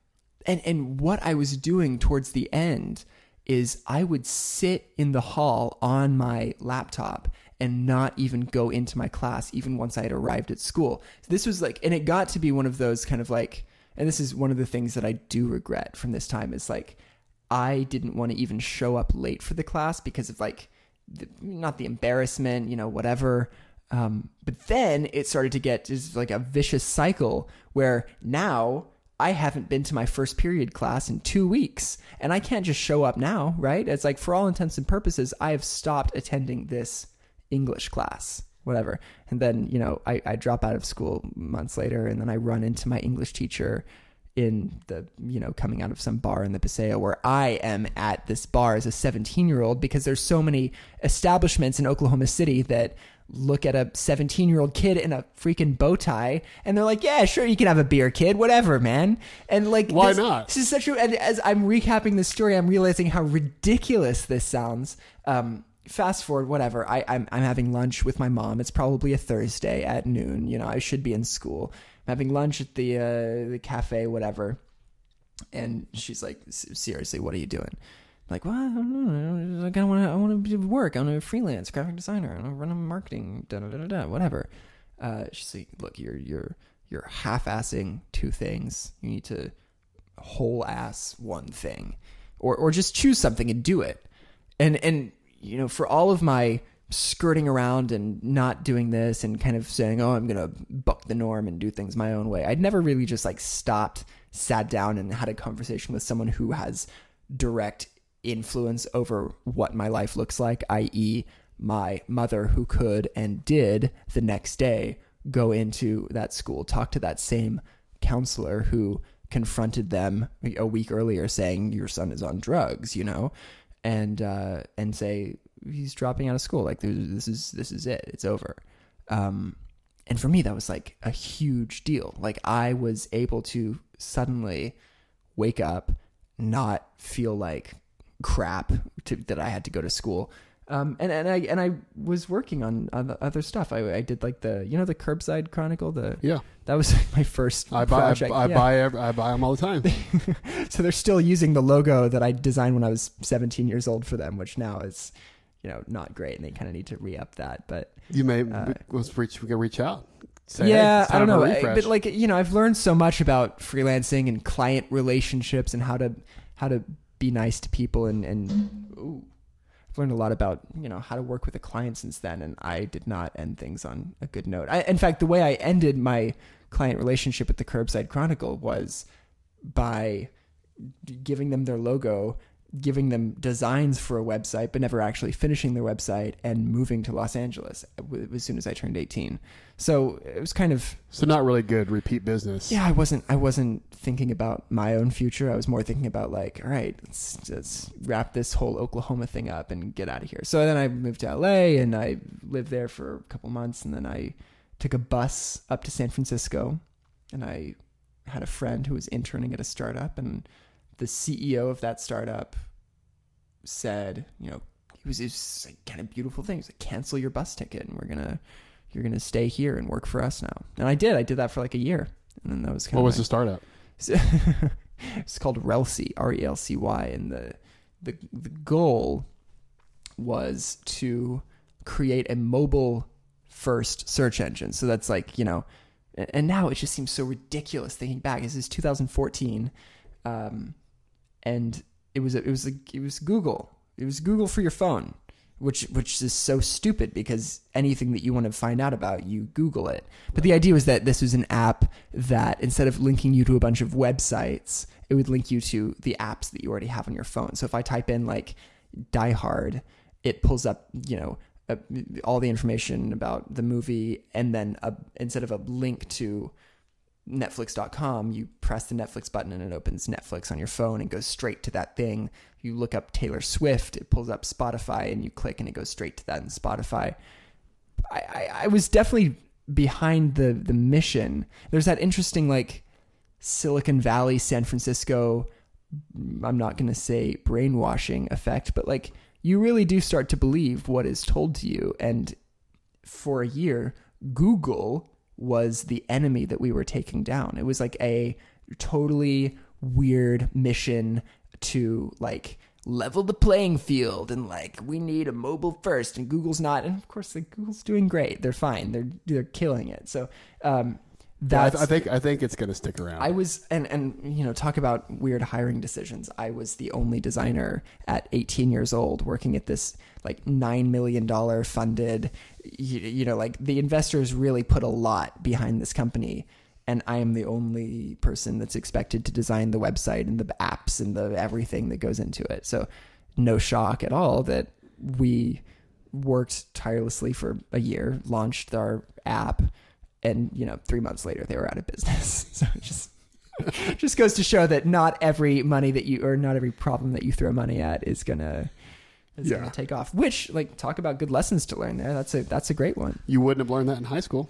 B: and, and what I was doing towards the end is I would sit in the hall on my laptop and not even go into my class, even once I had arrived at school. So this was like, and it got to be one of those kind of like, and this is one of the things that I do regret from this time is like, I didn't want to even show up late for the class because of like, the, not the embarrassment, you know, whatever. Um, but then it started to get just like a vicious cycle where now I haven't been to my first period class in two weeks and I can't just show up now, right? It's like, for all intents and purposes, I have stopped attending this English class, whatever. And then, you know, I, I drop out of school months later and then I run into my English teacher in the, you know, coming out of some bar in the Paseo where I am at this bar as a 17 year old because there's so many establishments in Oklahoma City that look at a 17 year old kid in a freaking bow tie and they're like, yeah, sure, you can have a beer, kid, whatever, man. And like,
A: Why
B: this-
A: not?
B: this is such a. And as I'm recapping this story, I'm realizing how ridiculous this sounds. Um, fast forward, whatever. I, I'm I'm having lunch with my mom. It's probably a Thursday at noon. You know, I should be in school. I'm having lunch at the uh, the cafe, whatever. And she's like, "S- "Seriously, what are you doing?" I'm like, well, I don't know. I kind of want to. I want to do work. I'm a freelance graphic designer. I run a marketing. Da da da da. da whatever. Uh, she's like, "Look, you're you're you're half-assing two things. You need to whole ass one thing or or just choose something and do it and and you know for all of my skirting around and not doing this and kind of saying oh i'm gonna buck the norm and do things my own way i'd never really just like stopped sat down and had a conversation with someone who has direct influence over what my life looks like i.e my mother who could and did the next day go into that school talk to that same counselor who confronted them a week earlier saying your son is on drugs you know and uh and say he's dropping out of school like this- this is this is it it's over um and for me that was like a huge deal like i was able to suddenly wake up not feel like crap to, that i had to go to school um, and, and I and I was working on, on the other stuff. I, I did like the you know the curbside chronicle the
A: Yeah.
B: that was my first
A: I buy, I,
B: project.
A: I
B: Yeah.
A: buy, ev- I buy them all the time.
B: So they're still using the logo that I designed when I was 17 years old for them, which now is, you know, not great, and they kind of need to re up that. But
A: You may let's reach, we can reach out. Say, hey,
B: Uh, yeah,
A: it's
B: I don't
A: time
B: know,
A: for a
B: I-
A: refresh.
B: but like you know, I've learned so much about freelancing and client relationships and how to how to be nice to people and and ooh, I've learned a lot about you know how to work with a client since then, and I did not end things on a good note. I, in fact, the way I ended my client relationship with the Curbside Chronicle was by giving them their logo, giving them designs for a website, but never actually finishing their website and moving to Los Angeles w- as soon as I turned 18. So it was kind of,
A: so not really good repeat business.
B: yeah, I wasn't, I wasn't thinking about my own future. I was more thinking about like, all right, let's, let's wrap this whole Oklahoma thing up and get out of here. So then I moved to LA and I lived there for a couple months and then I took a bus up to San Francisco and I had a friend who was interning at a E startup and the CEO of that startup said, you know, he was this like, kind of beautiful thing. He's like, cancel your bus ticket, and we're gonna you're gonna stay here and work for us now. And I did. I did that for like a year, and then that was kind
A: What was
B: of my-
A: the startup?
B: it's called Relcy, R E L C Y, and the, the the goal was to create a mobile first search engine. So that's like you know, a- and now it just seems so ridiculous thinking back. This is 2014, um, and it was it was it was Google. It was Google for your phone, which which is so stupid because anything that you want to find out about, you Google it. But the idea was that this was an app that instead of linking you to a bunch of websites, it would link you to the apps that you already have on your phone. So if I type in like Die Hard, it pulls up you know uh, all the information about the movie, and then a, instead of a link to Netflix.com, you press the Netflix button and it opens Netflix on your phone and goes straight to that thing. You look up Taylor Swift, it pulls up Spotify and you click and it goes straight to that in Spotify. I, I, I was definitely behind the, the mission. There's that interesting, like, Silicon Valley, San Francisco, I'm not going to say brainwashing effect, but like, you really do start to believe what is told to you. And for a year, Google was the enemy that we were taking down. It was like a totally weird mission to like level the playing field and like we need a mobile first and Google's not and of course like Google's doing great. They're fine. They're they're killing it. So um
A: I,
B: that's
A: th- I think I think it's going to stick around.
B: I was and and you know talk about weird hiring decisions. I was the only designer at 18 years old working at this like 9 million dollar funded you, you know like the investors really put a lot behind this company and I am the only person that's expected to design the website and the apps and the everything that goes into it. So no shock at all that we worked tirelessly for a year, launched our app, and you know, three months later they were out of business. So it just just goes to show that not every money that you or not every problem that you throw money at is gonna is
A: Yeah.
B: gonna take off. Which like talk about good lessons to learn there. That's a that's a great one
A: you wouldn't have learned that in high school.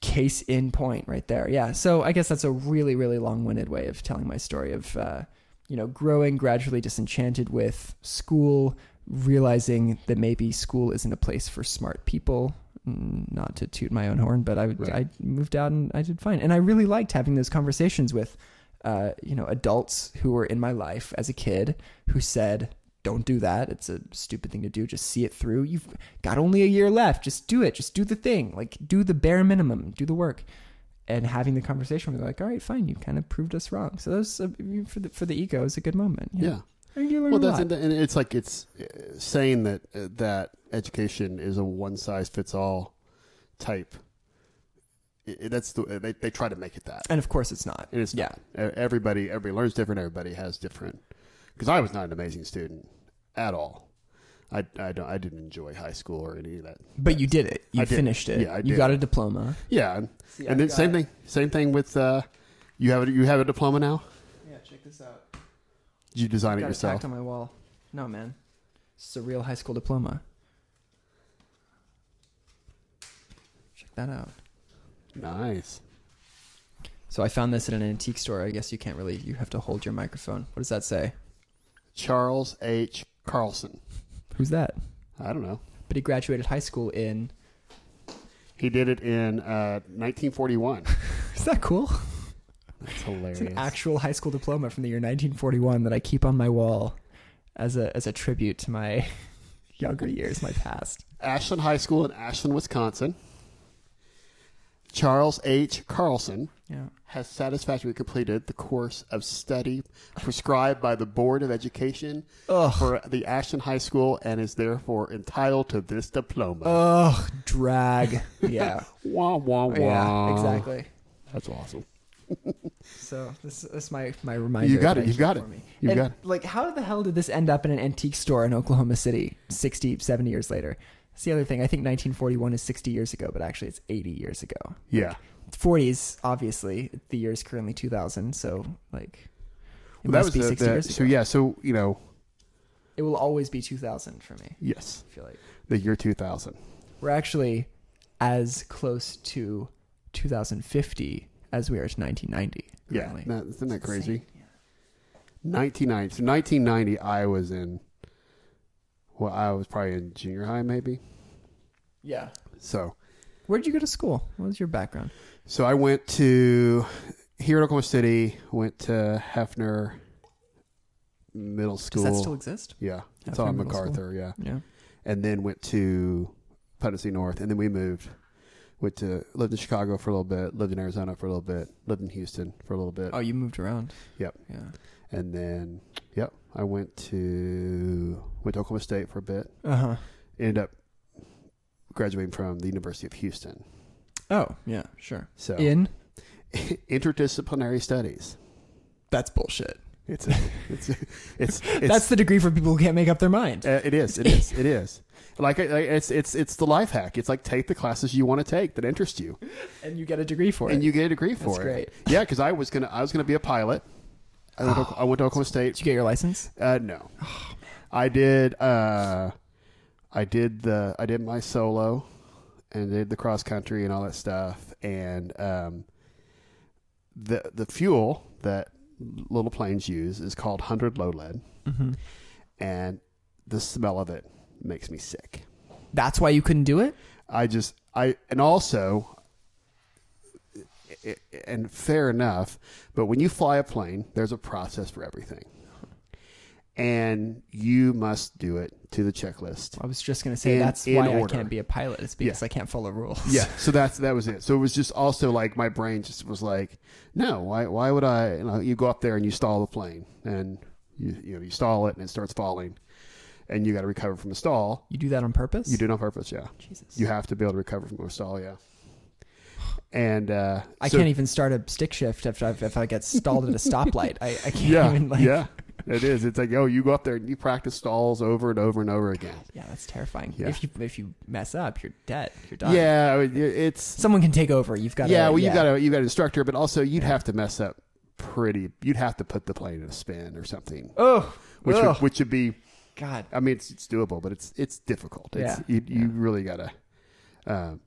B: case in point right there. Yeah. So I guess that's a really, really long winded way of telling my story of, uh, you know, growing gradually disenchanted with school, realizing that maybe school isn't a place for smart people. Mm, Not to toot my own horn, but I would, I moved out and I did fine. And I really liked having those conversations with, uh, you know, adults who were in my life as a kid who said, don't do that. It's a stupid thing to do. Just see it through. You've got only a year left. Just do it. Just do the thing. Like do the bare minimum. Do the work. And having the conversation, we're like, all right, fine. You kind of proved us wrong. So that was uh, for the for the ego is a good moment. you
A: Yeah.
B: know? And you learn
A: Well,
B: a
A: that's and
B: lot.
A: and it's like it's uh, saying that uh, that education is a one size fits all type. I- I- That's the they, they try to make it that,
B: and of course, it's not.
A: and it's
B: yeah.
A: not. Uh, Everybody everybody learns different. Everybody has different. Because I was not an amazing student at all. I, I don't I didn't enjoy high school or any of that.
B: But you did it. You
A: I did.
B: finished it.
A: Yeah, I
B: You
A: did.
B: got a diploma.
A: Yeah, and, and
F: I
A: then same thing same thing with uh, you have a, you have a diploma now.
B: Yeah, check this out.
A: Did you design it
B: got it
A: yourself?
B: tacked on my wall. No, man. It's a real high school diploma. Check that out.
A: Nice.
B: So I found this at an antique store. I guess you can't really. You have to hold your microphone. What does that say?
A: Charles H. Carlson.
B: Who's that?
A: I don't know.
B: But he graduated high school in.
A: He did it in uh, 1941.
B: Is that cool?
A: That's
B: It's
A: hilarious.
B: an actual high school diploma from the year 1941 that I keep on my wall as a as a tribute to my younger years, my past.
A: Ashland High School in Ashland, Wisconsin. Charles H. Carlson
B: Yeah.
A: has satisfactorily completed the course of study prescribed by the Board of Education
B: Ugh.
A: for the Ashland High School and is therefore entitled to this diploma.
B: Ugh, drag. Yeah.
A: wah, wah, wah.
B: yeah. Exactly.
A: That's awesome.
B: So this this my my reminder.
A: You got
B: that
A: it,
B: I
A: you
B: keep
A: got it,
B: for me.
A: you
B: And,
A: got it.
B: Like, how the hell did this end up in an antique store in Oklahoma City 60, 70 years later? That's the other thing. I think 1941 is 60 years ago, but actually it's 80 years ago.
A: Yeah.
B: 40s, obviously. The year is currently 2000, so like it
A: Well,
B: must be 60 years ago.
A: so, yeah, so, you know,
B: It will always be 2000 for me.
A: yes,
B: I feel like
A: the year 2000.
B: we're actually as close to 2050 as we are to 1990.
A: Yeah.
B: currently.
A: That, isn't that crazy?
B: Insane.
A: 1990. So 1990, I was in Well, I was probably in junior high, maybe.
B: Yeah.
A: So,
B: Where'd you go to school? What was your background?
A: so I went to here in Oklahoma City. Went to Hefner Middle School.
B: Does that still exist?
A: yeah, it's
B: Hefner
A: on
B: Middle School?
A: MacArthur. Yeah,
B: Yeah.
A: and then went to Putney North, and then we moved. Went to lived in Chicago for a little bit, lived in Arizona for a little bit, lived in Houston for a little bit.
B: Oh, you moved around.
A: Yep.
B: Yeah.
A: And then, yep, I went to went to Oklahoma State for a bit.
B: Uh huh.
A: Ended up graduating from the University of Houston.
B: Oh, yeah, sure.
A: So
B: In?
A: interdisciplinary studies.
B: That's bullshit.
A: It's a, it's a- it's it's
B: That's the degree for people who can't make up their mind.
A: uh, it is it is it is like I- I- it's it's it's the life hack. It's like take the classes you want to take that interest you,
B: And you get a degree for
A: and
B: it.
A: you get a degree for
B: That's
A: it.
B: great. Ah,
A: Yeah, because I was gonna I was gonna be a pilot. I went, to, I went to Oklahoma State.
B: Did you get your license?
A: Uh, no, I did. Uh, I did the. I did my solo, and did the cross country and all that stuff. And um, the the fuel that little planes use is called hundred low lead, and the smell of it makes me sick.
B: That's why you couldn't do it?
A: I just I and also i- i- and fair enough, but when you fly a plane, there's a process for everything. And you must do it to the checklist.
B: I was just going to say
A: In-
B: that's
A: in
B: why I
A: order.
B: can't be a pilot. It's because I can't follow rules.
A: Yeah, so that's that was it. So it was just also like my brain just was like, no, why why would I? You, know, you go up there and you stall the plane, and you you know you stall it and it starts falling, and you got to recover from the stall.
B: You do that on purpose?
A: You do it on purpose, yeah.
B: Jesus.
A: You have to be able to recover from a stall, yeah. And uh,
B: I
A: so-
B: can't even start a stick shift if I, if I get stalled at a stoplight. I, I can't
A: Yeah,
B: even like.
A: yeah, it is. It's like, oh, you go up there and you practice stalls over and over and over again.
B: Yeah, that's terrifying.
A: Yeah.
B: If you if you mess up, you're dead. You're done.
A: Yeah, I mean, it's
B: Someone can take over. You've got.
A: yeah. Well, you got a you got an instructor, but also you'd have to mess up pretty. You'd have to put the plane in a spin or something,
B: Oh,
A: which would,
B: ugh,
A: which would be.
B: God.
A: I mean, it's, it's doable, but it's it's difficult. It's,
B: Yeah.
A: you, you really gotta. Um,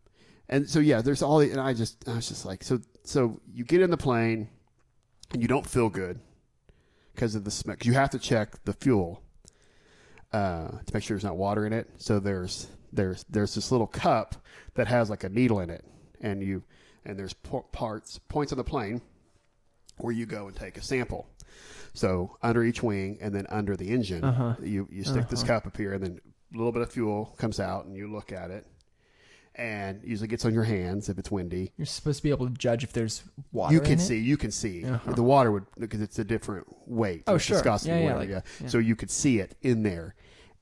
A: and so yeah, there's all the, and I just I was just like so so you get in the plane and you don't feel good because of the smell. 'cause You have to check the fuel uh, to make sure there's not water in it. So there's there's there's this little cup that has like a needle in it, and you and there's po- parts points on the plane where you go and take a sample. So under each wing and then under the engine,
B: Uh-huh.
A: you you stick this cup up here, and then a little bit of fuel comes out, and you look at it, and usually gets on your hands if it's windy.
B: You're supposed to be able to judge if there's water.
A: You
B: in
A: can
B: it?
A: see, you can see the water would because it's a different weight.
B: Uh-huh. Oh,
A: it's
B: sure.
A: viscosity,
B: Yeah, yeah,
A: whatever,
B: like-
A: So you could see it in there,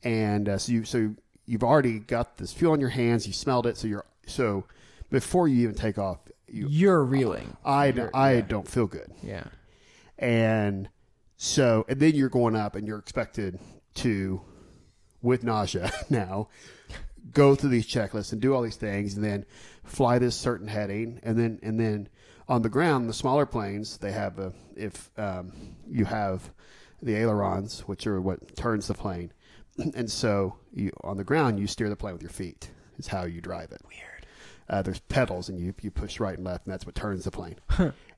A: and uh, so you so you've already got this fuel on your hands. You smelled it, so you're so before you even take off, you
B: You're reeling.
A: I I don't feel good
B: Yeah.
A: and so and then you're going up and you're expected to with nausea now go through these checklists and do all these things and then fly this certain heading and then and then on the ground the smaller planes they have a, if um, you have the ailerons which are what turns the plane and so you on the ground you steer the plane with your feet is how you drive it weird uh, there's pedals and you, you push right and left and that's what turns the plane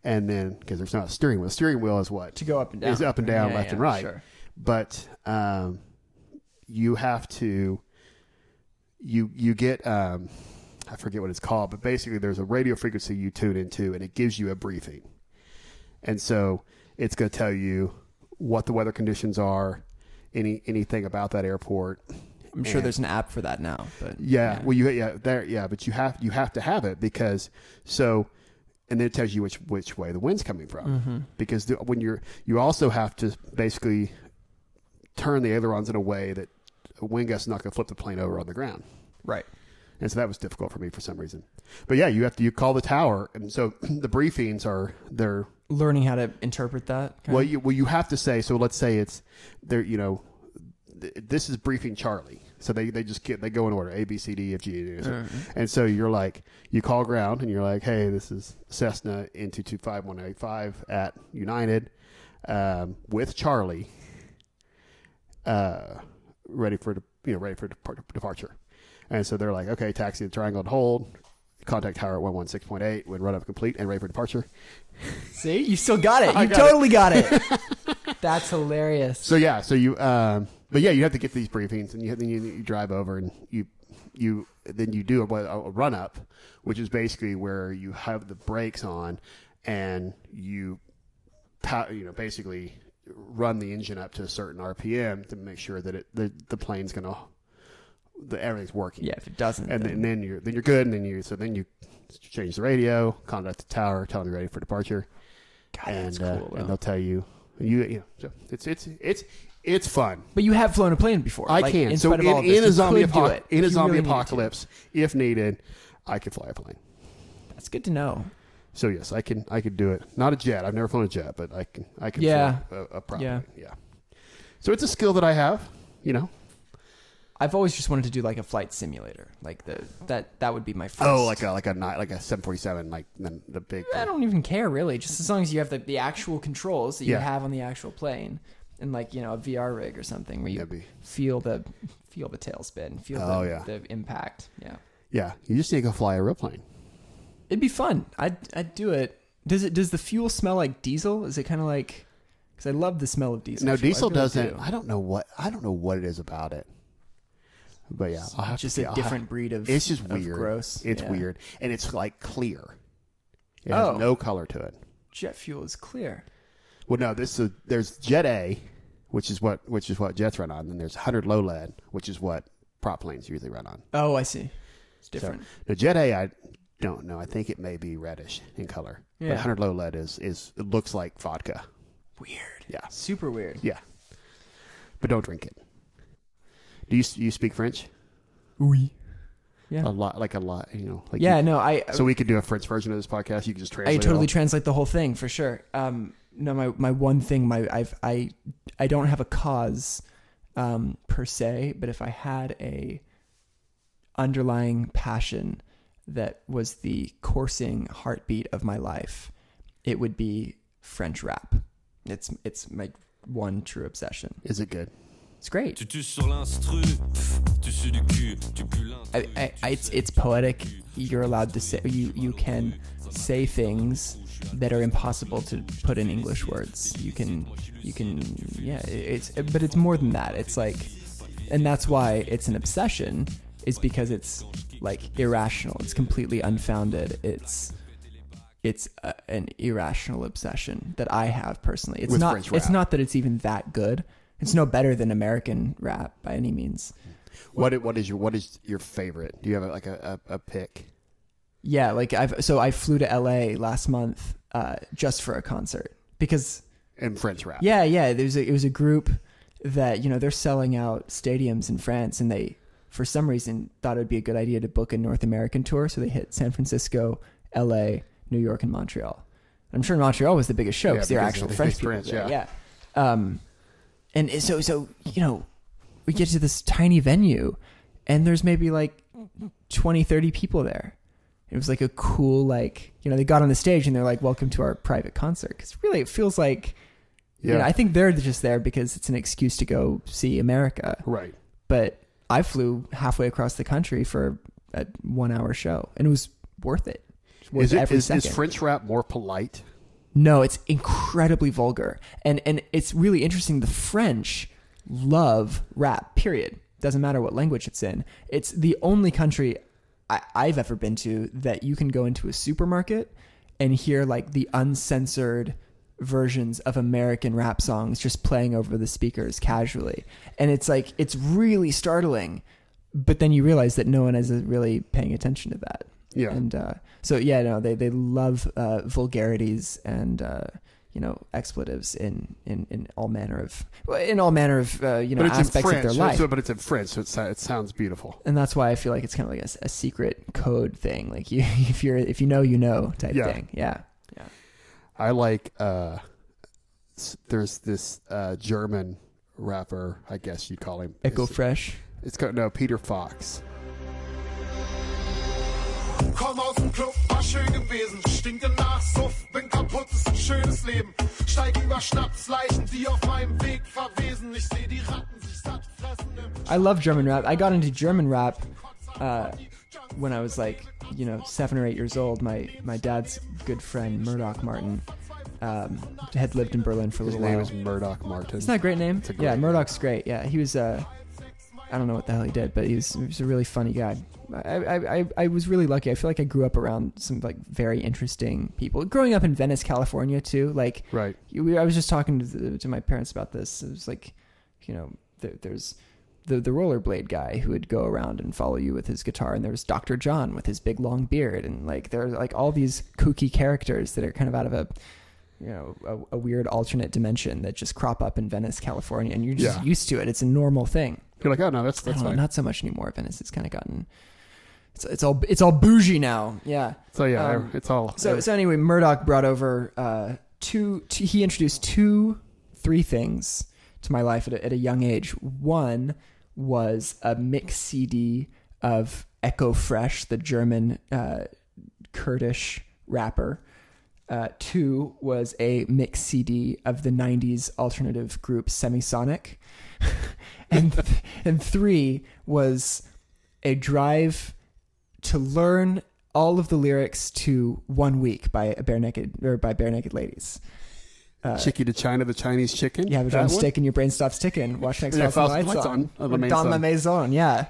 A: and then because there's not a steering wheel steering wheel is what
B: To go up and down.
A: is up and down
B: Yeah,
A: left
B: yeah,
A: and right
B: sure.
A: but um, you have to you you get um, I forget what it's called, but basically there's a radio frequency you tune into, and it gives you a briefing, and so it's going to tell you what the weather conditions are, any anything about that airport.
B: I'm sure there's an app for that now, but
A: Yeah, well, you yeah there yeah, but you have you have to have it because so. And then it tells you which which way the wind's coming from, because the, when you're you also have to basically turn the ailerons in a way that a wind gust's not going to flip the plane over on the ground.
B: right.
A: And so that was difficult for me for some reason. But yeah, you have to you call the tower, and so the briefings are they're
B: Learning how to interpret that. kind
A: well
B: of-
A: you well you have to say so. Let's say it's they're you know th- this is briefing Charlie. So they, they just get they go in order A B C D E, F G and, so, and so you're like you call ground and you're like hey this is Cessna into two five one eight five at United um, with Charlie uh, ready for de- you know ready for depart- departure, and so they're like, okay, taxi the triangle and hold, contact tower at one one six point eight when run up complete and ready for departure.
B: see, you still got it. You
A: got
B: totally got it. That's hilarious.
A: So yeah, so you um, But yeah, you have to get these briefings, and you then you, you drive over and you you then you do a, a run up, which is basically where you have the brakes on, and you pow- you know basically run the engine up to a certain RPM to make sure that it the, the plane's gonna the everything's working.
B: Yeah, if it doesn't,
A: and then,
B: then-
A: then you're then you're good, and then you so then you change the radio, contact the tower, tell them you're ready for departure, and uh,
B: cool, though.
A: and they'll tell you you you know so it's it's it's it's fun.
B: but you have flown a plane before.
A: I
B: like,
A: can.
B: In
A: so
B: spite
A: in,
B: of all of this,
A: in a
B: you
A: zombie
B: could do
A: apoc-
B: it.
A: in a
B: You
A: zombie
B: really need to.
A: apocalypse, if needed, I could fly a plane.
B: That's good to know.
A: So yes, I can I could do it. Not a jet. I've never flown a jet, but I can I can
B: Yeah.
A: fly a, a prop.
B: Yeah.
A: Yeah. So it's a skill that I have. You know.
B: I've always just wanted to do like a flight simulator, like the that that would be my first.
A: Oh, like a like a night like a seven forty seven like the, the big.
B: I don't even care really, just as long as you have the, the actual controls that you
A: Yeah.
B: have on the actual plane, and like you know a VR rig or something where you
A: That'd be-
B: feel the feel the tailspin, feel
A: Oh,
B: the,
A: yeah.
B: the impact. Yeah,
A: Yeah, you just need to go fly a real plane.
B: it'd be fun. I'd I'd do it. Does it does the fuel smell like diesel? Is it kind of like because I love the smell of diesel.
A: No,
B: fuel. I
A: diesel
B: really
A: doesn't.
B: do.
A: I don't know what I don't know what it is about it. But yeah, I'll have to
B: Just
A: see-
B: a
A: I'll have-
B: different breed of.
A: It's just
B: of
A: weird.
B: Gross.
A: It's
B: Yeah.
A: weird, and it's like clear. It
B: Oh.
A: has no color to it.
B: Jet fuel is clear.
A: Well, no, this is there's Jet A, which is what which is what jets run on. Then there's 100 low lead, which is what prop planes usually run on.
B: Oh, I see. It's
A: So,
B: different.
A: the Jet A, I don't know. I think it may be reddish in color. But
B: Yeah.
A: 100 low lead is is it looks like vodka.
B: Weird.
A: Yeah.
B: Super weird.
A: Yeah, but don't drink it. Do you you speak French?
B: Oui.
A: A lot, like a lot, you know. Like
B: Yeah,
A: you-
B: no, I
A: so we could do a French version of this podcast. You could just
B: I
A: translate. it
B: totally
A: all.
B: translate the whole thing for sure. Um, no, my my one thing, my I've I I don't have a cause um, per se, but if I had a underlying passion that was the coursing heartbeat of my life, it would be French rap. It's it's my one true obsession.
A: Is it good?
B: It's great.
G: Tu tues sur l'instru, pff, tu sues du cul, tu pues l'instru.
B: I, I, I, it's it's poetic. You're allowed to say you you can say things that are impossible to put in English words. You can you can yeah. it- It's but it's more than that. It's like, and that's why it's an obsession. Is because it's like irrational. It's completely unfounded. It's it's a, an irrational obsession that I have personally. It's
A: With
B: not.
A: French
B: It's
A: rap.
B: not that it's even that good. It's no better than American rap by any means.
A: What i- what is your what is your favorite? Do you have a, like a, a, a pick?
B: Yeah, like I've so I flew to LA last month uh, just for a concert because
A: in French rap?
B: yeah, yeah, there's a, it was a group that you know they're selling out stadiums in France and they for some reason thought it would be a good idea to book a North American tour, so they hit San Francisco, LA, New York, and Montreal. I'm sure Montreal was the biggest show
A: Yeah,
B: because they're
A: because
B: actual
A: they-
B: French
A: they
B: people.
A: French,
B: there,
A: yeah.
B: yeah. Um, and it- so so you know we get to this tiny venue and there's maybe like 20 30 people there it was like a cool like you know they got on the stage and they're like welcome to our private concert because really it feels like yeah.
A: Yeah.
B: i think they're just there because it's an excuse to go see america
A: right.
B: but i flew halfway across the country for a one hour show and it was worth it It's worth
A: Is, it,
B: every
A: is, is
B: second.
A: French rap more polite?
B: No, it's incredibly vulgar. And and it's really interesting the French love rap, period. Doesn't matter what language it's in. It's the only country I, I've ever been to that you can go into a supermarket and hear like the uncensored versions of American rap songs just playing over the speakers casually. And it's like it's really startling. But then you realize that no one is really paying attention to that.
A: Yeah.
B: And uh, so yeah, no, they they love uh, vulgarities and uh, you know expletives in, in, in all manner of well, in all manner of uh, you know
A: but it's in
B: aspects
A: French.
B: of their
A: so-
B: life.
A: so- but it's in French, so it, sou- it sounds beautiful.
B: and that's why I feel like it's kind of like a, s- a secret code thing. Like you, if you're if you know, you know type
A: Yeah.
B: thing. Yeah. Yeah.
A: I like. uh s- There's this uh German rapper, I guess you'd call him.
B: Echo
A: It's-
B: Fresh.
A: It's called no Peter Fox.
H: Komm aus dem Club, war schön gewesen. Stinke nach Suff, bin kaputt, ist ein schönes Leben. Steig über Schnapsleichen, die auf meinem Weg verwesen. Ich seh die Ratten sich satt fressen im
B: I love German rap. I got into German rap uh, when I was like, you know, seven or eight years old. My my dad's good friend Murdoch Martin um, had lived in Berlin for a
A: His
B: little
A: name
B: while.
A: is Murdoch Martin.
B: Isn't that a great name?
A: It's a great
B: yeah,
A: name.
B: Murdoch's great. Yeah, he was. Uh, I don't know what the hell he did, but he was, he was a really funny guy. I, I, I, I was really lucky. I feel like I grew up around some like very interesting people. Growing up in Venice, California, too. Like
A: Right.
B: you- we- I was just talking to, the, to my parents about this. It was like, you know, there, there's the the rollerblade guy who would go around and follow you with his guitar, and there was Doctor John with his big long beard, and like there are like all these kooky characters that are kind of out of a you know a, a weird alternate dimension that just crop up in Venice, California, and you're just
A: Yeah.
B: used to it. It's a normal thing.
A: You're like, oh no, that's that's
B: I don't know,
A: fine.
B: not so much anymore. Venice, it's kind of gotten. It's, it's all it's all bougie now. Yeah.
A: so yeah,
B: Um,
A: it's all.
B: So, so anyway, Murdoch brought over uh, two, two. He introduced two, three things to my life at a, at a young age. One was a mix CD of Echo Fresh, the German uh, Kurdish rapper. Uh, two was a mix CD of the '90s alternative group Semisonic, and th- and three was a drive to learn all of the lyrics to "One Week" by a Bare Naked or by Bare Naked Ladies.
A: Chicky to China, the Chinese chicken.
B: You have a
A: That one?
B: uh, drumstick and your brain stops ticking. Watch next
A: Yeah,
B: yeah,
A: Faust-
B: lights,
A: lights
B: on.
A: on. Oh, the
B: Or
A: main
B: Don
A: song.
B: La Maison, yeah.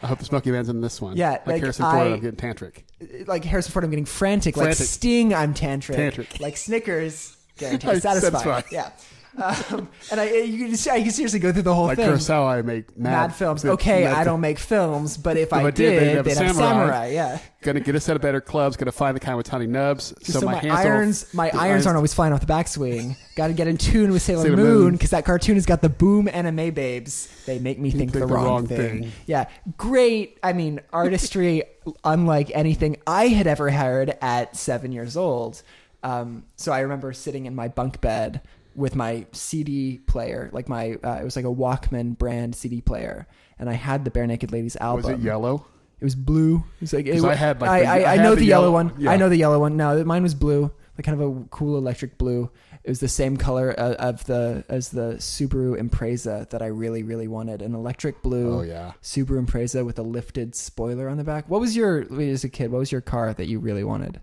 A: I hope the Smoky Man's in this one.
B: Yeah,
A: like,
B: like,
A: Harrison Ford,
B: I-
A: I'm getting tantric.
B: Like Harrison Ford, I'm getting frantic. Like
A: Frantic.
B: Sting, I'm tantric.
A: Tantric.
B: Like Snickers, getting
A: I'm
B: satisfied.
A: satisfied.
B: Yeah. Um, and I, you can, see- I can seriously go through the whole
A: Like
B: thing.
A: Kurosawa, I make mad,
B: Mad films. Okay,
A: mad
B: I
A: fi-
B: don't make films, but if,
A: If
B: I, did,
A: they'd have a
B: then I'm
A: samurai.
B: samurai. Yeah.
A: Gonna get us out of better clubs. Gonna find the kind with tiny nubs. So,
B: So, my,
A: hands don't-
B: irons, my
A: the
B: irons, aren't always flying off the backswing. Got to get in tune with Sailor,
A: Sailor
B: Moon
A: Moon.
B: because that cartoon has got the boom anime babes. They make me think, the, wrong, thing.
A: thing.
B: Yeah, great. I mean, artistry unlike anything I had ever heard at seven years old. Um, so I remember sitting in my bunk bed with my CD player, like my uh, it was like a Walkman brand CD player, and I had the Bare Naked Ladies album.
A: Was it yellow?
B: It was blue. It was like, it,
A: 'Cause I had, like, the-
B: I, I,
A: I
B: I
A: had
B: know
A: the
B: the, yellow,
A: yellow-
B: one.
A: yeah.
B: I know the yellow one. No, mine was blue, like kind of a cool electric blue. It was the same color uh, of the as the Subaru Impreza that I really really wanted. An electric blue
A: Oh, yeah.
B: Subaru Impreza with a lifted spoiler on the back. What was your as a kid? What was your car that you really wanted?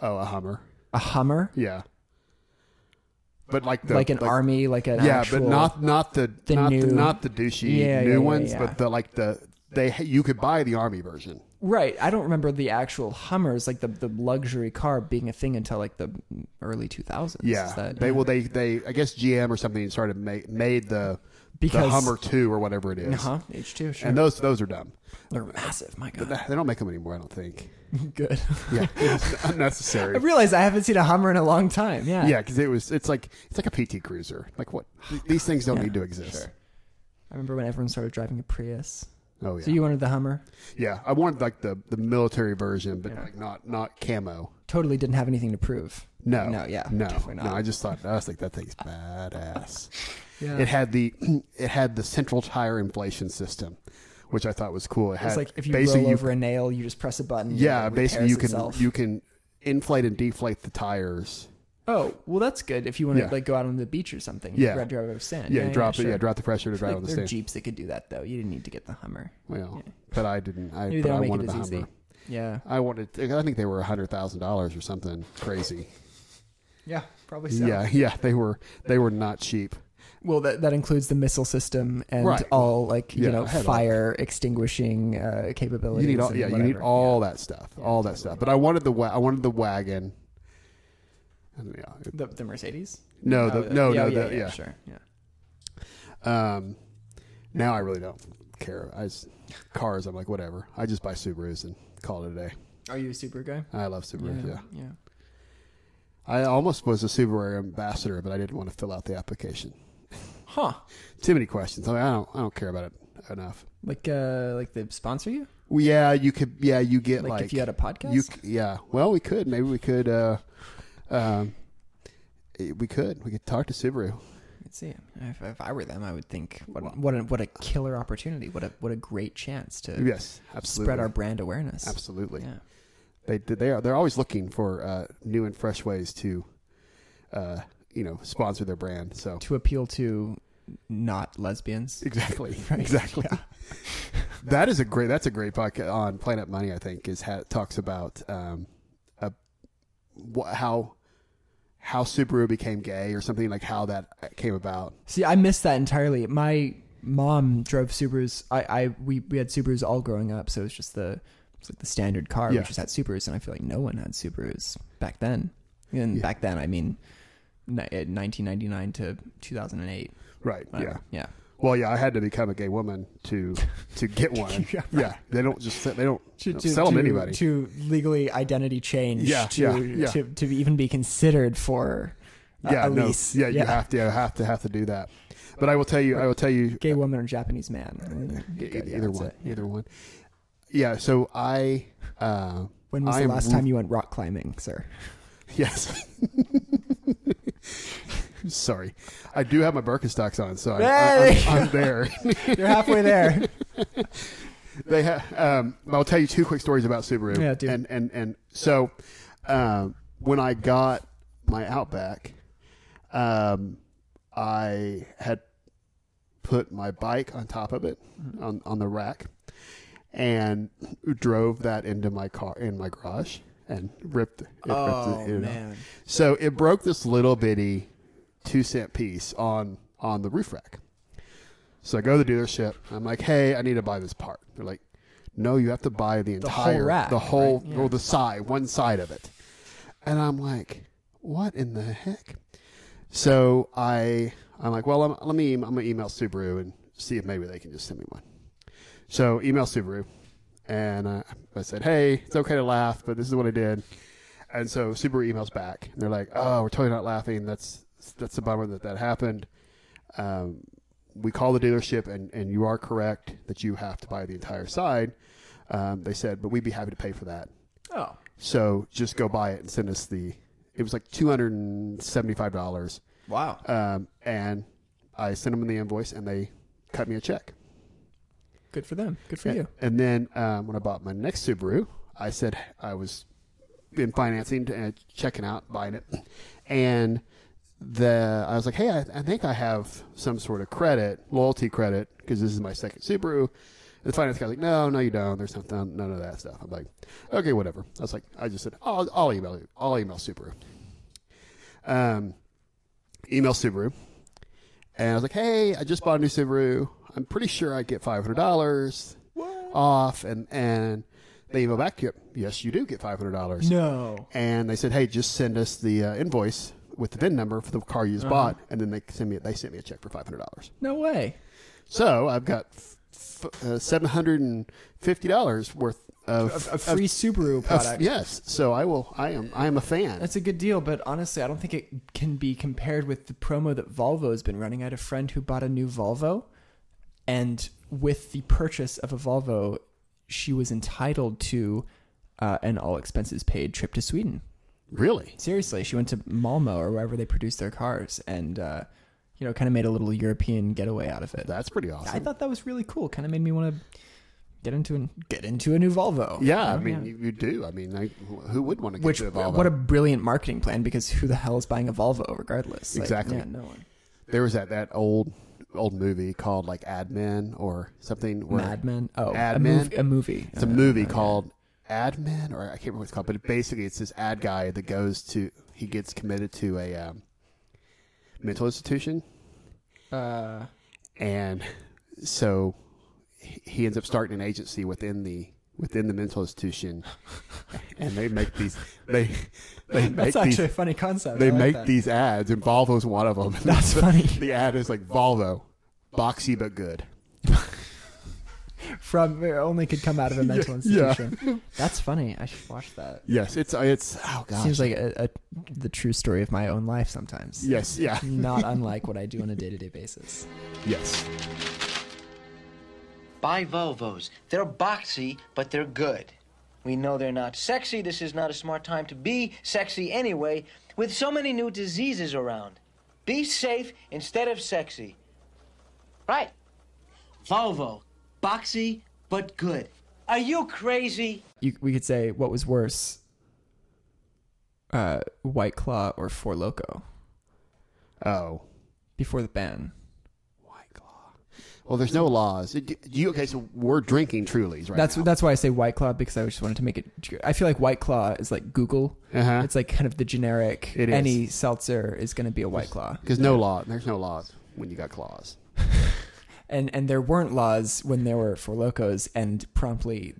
A: Oh, a Hummer.
B: A Hummer,
A: Yeah. But like the
B: like an army, like an
A: Yeah,
B: actual-
A: but not not the,
B: The
A: not
B: new-
A: the not the douchey
B: Yeah,
A: new
B: yeah, yeah,
A: ones,
B: yeah.
A: but the like the they you could buy the army version.
B: right. I don't remember the actual Hummers, like the the luxury car, being a thing until like the early two thousands.
A: Yeah, they well they they I guess GM or something started made made the the
B: Because- Uh-huh.
A: Hummer two or whatever it is,
B: huh? H two, sure.
A: and those those are dumb.
B: They're massive. My God,
A: They don't make them anymore, I don't think.
B: good.
A: Yeah, it's
B: I
A: unnecessary.
B: realize I haven't seen a Hummer in a long time. Yeah.
A: Yeah, because it was it's like it's like a PT Cruiser. Like what? These things don't need to exist.
B: I remember when everyone started driving a Prius.
A: Oh yeah,
B: So you wanted the Hummer?
A: yeah. I wanted like the the military version, but like not not camo.
B: Totally didn't have anything to prove.
A: No,
B: No. Yeah.
A: no,
B: Definitely
A: no.
B: not.
A: I just thought I was like that thing's badass.
B: yeah.
A: It had the it had the central tire inflation system, which I thought was cool. It had
B: it's like if you
A: basically
B: roll
A: you-
B: over a nail, you just press a button. and
A: yeah,
B: it
A: basically
B: repairs
A: you can
B: itself.
A: you can inflate and deflate the tires.
B: Oh well, that's good. If you want to
A: Yeah.
B: like go out on the beach or something,
A: Yeah.
B: you drive over sand.
A: Yeah, drop it.
B: sure.
A: Yeah, drop the pressure to drive
B: Like,
A: on the
B: there
A: sand.
B: are jeeps that could do that though. You didn't need to get the Hummer.
A: Well, but I didn't. I,
B: Maybe
A: but I
B: they don't make
A: wanted
B: it
A: the
B: as
A: Hummer.
B: easy. Yeah.
A: I wanted. I think they were hundred thousand dollars or something crazy.
B: Yeah. Probably so.
A: Yeah, yeah. They were. They were not cheap.
B: Well, that that includes the missile system and
A: Right.
B: all like you
A: Yeah,
B: know
A: I had all
B: fire extinguishing uh, capabilities.
A: You need all.
B: and
A: Yeah, you
B: whatever.
A: need all that stuff. all that stuff. But I wanted the. Wa- I wanted the wagon. And, yeah,
B: the, the Mercedes.
A: No,
B: Oh,
A: the, no,
B: yeah,
A: no,
B: yeah,
A: the,
B: yeah,
A: yeah.
B: sure, yeah.
A: Um, now I really don't care. I just, cars. I'm like whatever. I just buy Subarus and call it a day.
B: Are you a super guy?
A: I love Subarus. Yeah.
B: yeah.
A: I almost was a Subaru ambassador, but I didn't want to fill out the application.
B: Huh?
A: Too many questions. I mean, I don't. I don't care about it enough.
B: Like, uh, like they sponsor you?
A: Well, yeah, you could. Yeah, you get
B: Like,
A: like,
B: if you had a podcast?
A: You, c- yeah. Well, we could. Maybe we could. Uh, um, eh, we could. We could talk to Subaru.
B: Let's see. If, if I were them, I would think what a, what a, what a killer opportunity! What a what a great chance to
A: Yes, absolutely.
B: spread our brand awareness.
A: absolutely.
B: Yeah.
A: They they are they're always looking for uh, new and fresh ways to, uh, you know, sponsor their brand. So
B: To appeal to not lesbians.
A: exactly, exactly. that is a great. That's a great podcast on Planet Money. I think is ha- talks about um, a, wha- how how Subaru became gay or something like how that came about.
B: See, I missed that entirely. My mom drove Subarus. I, I we, we had Subarus all growing up, so it was just the it's like the standard car.
A: Yeah.
B: We just had Subarus, and I feel like no one had Subarus back then. And back then, I mean, ni- eh, 1999 to 2008.
A: Right.
B: whatever.
A: Yeah.
B: yeah.
A: Well, yeah, I had to become a gay woman to to get one. yeah, They don't just they don't sell them to anybody.
B: to legally identity change
A: Yeah,
B: to,
A: yeah, yeah.
B: to to even be considered for uh,
A: yeah,
B: a
A: no,
B: lease.
A: yeah, you have to have to have to do that. But I will tell you, I will tell you,
B: gay woman or Japanese man.
A: e-
B: Yeah,
A: either
B: that's
A: one,
B: it.
A: either one. Yeah. So I. Uh,
B: When was
A: I
B: the
A: am
B: last time you went rock climbing, sir?
A: Yes. Sorry, I do have my Birkenstocks on, so I'm,
B: Hey!
A: I'm, I'm there.
B: You're halfway there.
A: they ha- um, I'll tell you two quick stories about Subaru.
B: Yeah, do.
A: And and and so, um, when I got my Outback, um, I had put my bike on top of it
B: Mm-hmm.
A: on on the rack, and drove that into my car in my garage and ripped. It ripped it, it man! So it broke this little bitty two cent piece on on the roof rack. So I go to the dealership. I'm like, hey, I need to buy this part. They're like, no, you have to buy the entire,
B: whole rack,
A: the whole or the side, one side of it. And I'm like, what in the heck? So I, I'm like, well, I'm, let me, I'm gonna email Subaru and see if maybe they can just send me one. So email Subaru, and uh, I said, hey, it's okay to laugh, but this is what I did. And so Subaru emails back, and they're like, oh, we're totally not laughing. That's that's a bummer that that happened. Um, we call the dealership and, and you are correct that you have to buy the entire side. Um, they said, but we'd be happy to pay for that.
B: Oh.
A: So just go buy it and send us the, it was like $275.
B: Wow.
A: Um, and I sent them the invoice and they cut me a check.
B: Good for them. Good for you.
A: And then um, when I bought my next Subaru, I said I was in financing and checking out buying it, and the I was like, hey, I, I think I have some sort of credit, loyalty credit, because this is my second Subaru. And the finance guy's like, no, no, you don't. There's nothing, none of that stuff. I'm like, okay, whatever. I was like, I just said, I'll, I'll email you. I'll email Subaru. Um, email Subaru. And I was like, hey, I just bought a new Subaru. I'm pretty sure I get $500 off. And, and they email back to you, yes, you do get $500.
B: No.
A: And they said, hey, just send us the uh, invoice with the VIN number for the car you
B: Uh-huh.
A: just bought. And then they send me, they sent me a check for $500.
B: No way.
A: So I've got f- f- uh, $750 worth of,
B: A, a free Subaru
A: of-
B: product.
A: yes. So I will, I am, I am a fan.
B: That's a good deal, but honestly, I don't think it can be compared with the promo that Volvo's been running. I had a friend who bought a new Volvo, and with the purchase of a Volvo, she was entitled to uh, an all expenses paid trip to Sweden.
A: really?
B: Seriously, she went to Malmo or wherever they produce their cars, and uh, you know, kind of made a little European getaway out of it.
A: That's pretty
B: I
A: awesome.
B: thought that was really cool. Kind of made me want to get into an, get into a new Volvo.
A: yeah, I mean, You, you do. I mean, like, wh- who would want to get
B: Which
A: to a Volvo?
B: what a brilliant marketing plan because who the hell is buying a Volvo regardless? Like,
A: Exactly.
B: yeah, no one.
A: there was that that old old movie called like Ad Men or something. Where
B: Mad Men. Oh,
A: Ad
B: a,
A: Men?
B: Movie, a movie.
A: It's a
B: Uh,
A: movie called Ad Men, or I can't remember what it's called, but basically it's this ad guy that goes to he gets committed to a um, mental institution,
B: Uh,
A: and so he he ends up starting an agency within the within the mental institution, and they make these they they make
B: that's
A: these
B: actually a funny concept.
A: they
B: I like
A: make
B: that.
A: these ads, and Volvo's one of them.
B: That's funny.
A: the ad is like Volvo, boxy but good.
B: from it only could come out of a mental
A: yeah.
B: institution. That's funny. I should watch that.
A: Yes, it's it's oh gosh.
B: Seems like a, a, the true story of my own life sometimes.
A: yes, yeah,
B: Not unlike what I do on a day to day basis.
A: yes.
I: Buy Volvos. They're boxy, but they're good. We know they're not sexy. This is not a smart time to be sexy anyway, with so many new diseases around. Be safe instead of sexy. Right. Volvo. Boxy, but good. Are you crazy?
B: You, we could say what was worse, uh, White Claw or Four Loco
A: Oh,
B: before the ban.
A: White Claw. Well, there's no laws. Do You okay? So we're drinking Trulies right
B: That's
A: now.
B: that's why I say White Claw because I just wanted to make it. I feel like White Claw is like Google.
A: Uh-huh.
B: It's like kind of the generic.
A: It is.
B: Any seltzer is going to be a White Claw,
A: because no law. There's no laws when you got claws.
B: and and there weren't laws when there were Four Locos, and promptly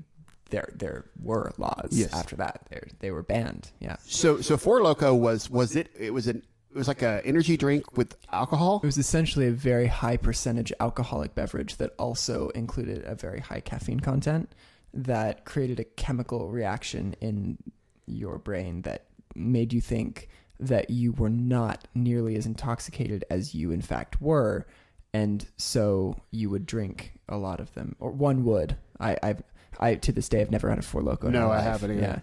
B: there there were laws
A: Yes.
B: after that. They they were banned. Yeah,
A: So so Four Loco was was it? It was an it was like a energy drink with alcohol.
B: it was essentially a very high percentage alcoholic beverage that also included a very high caffeine content that created a chemical reaction in your brain that made you think that you were not nearly as intoxicated as you in fact were and so you would drink a lot of them or one would i i've i to this day i've never had a four loco in
A: No,
B: my
A: I
B: life.
A: haven't either.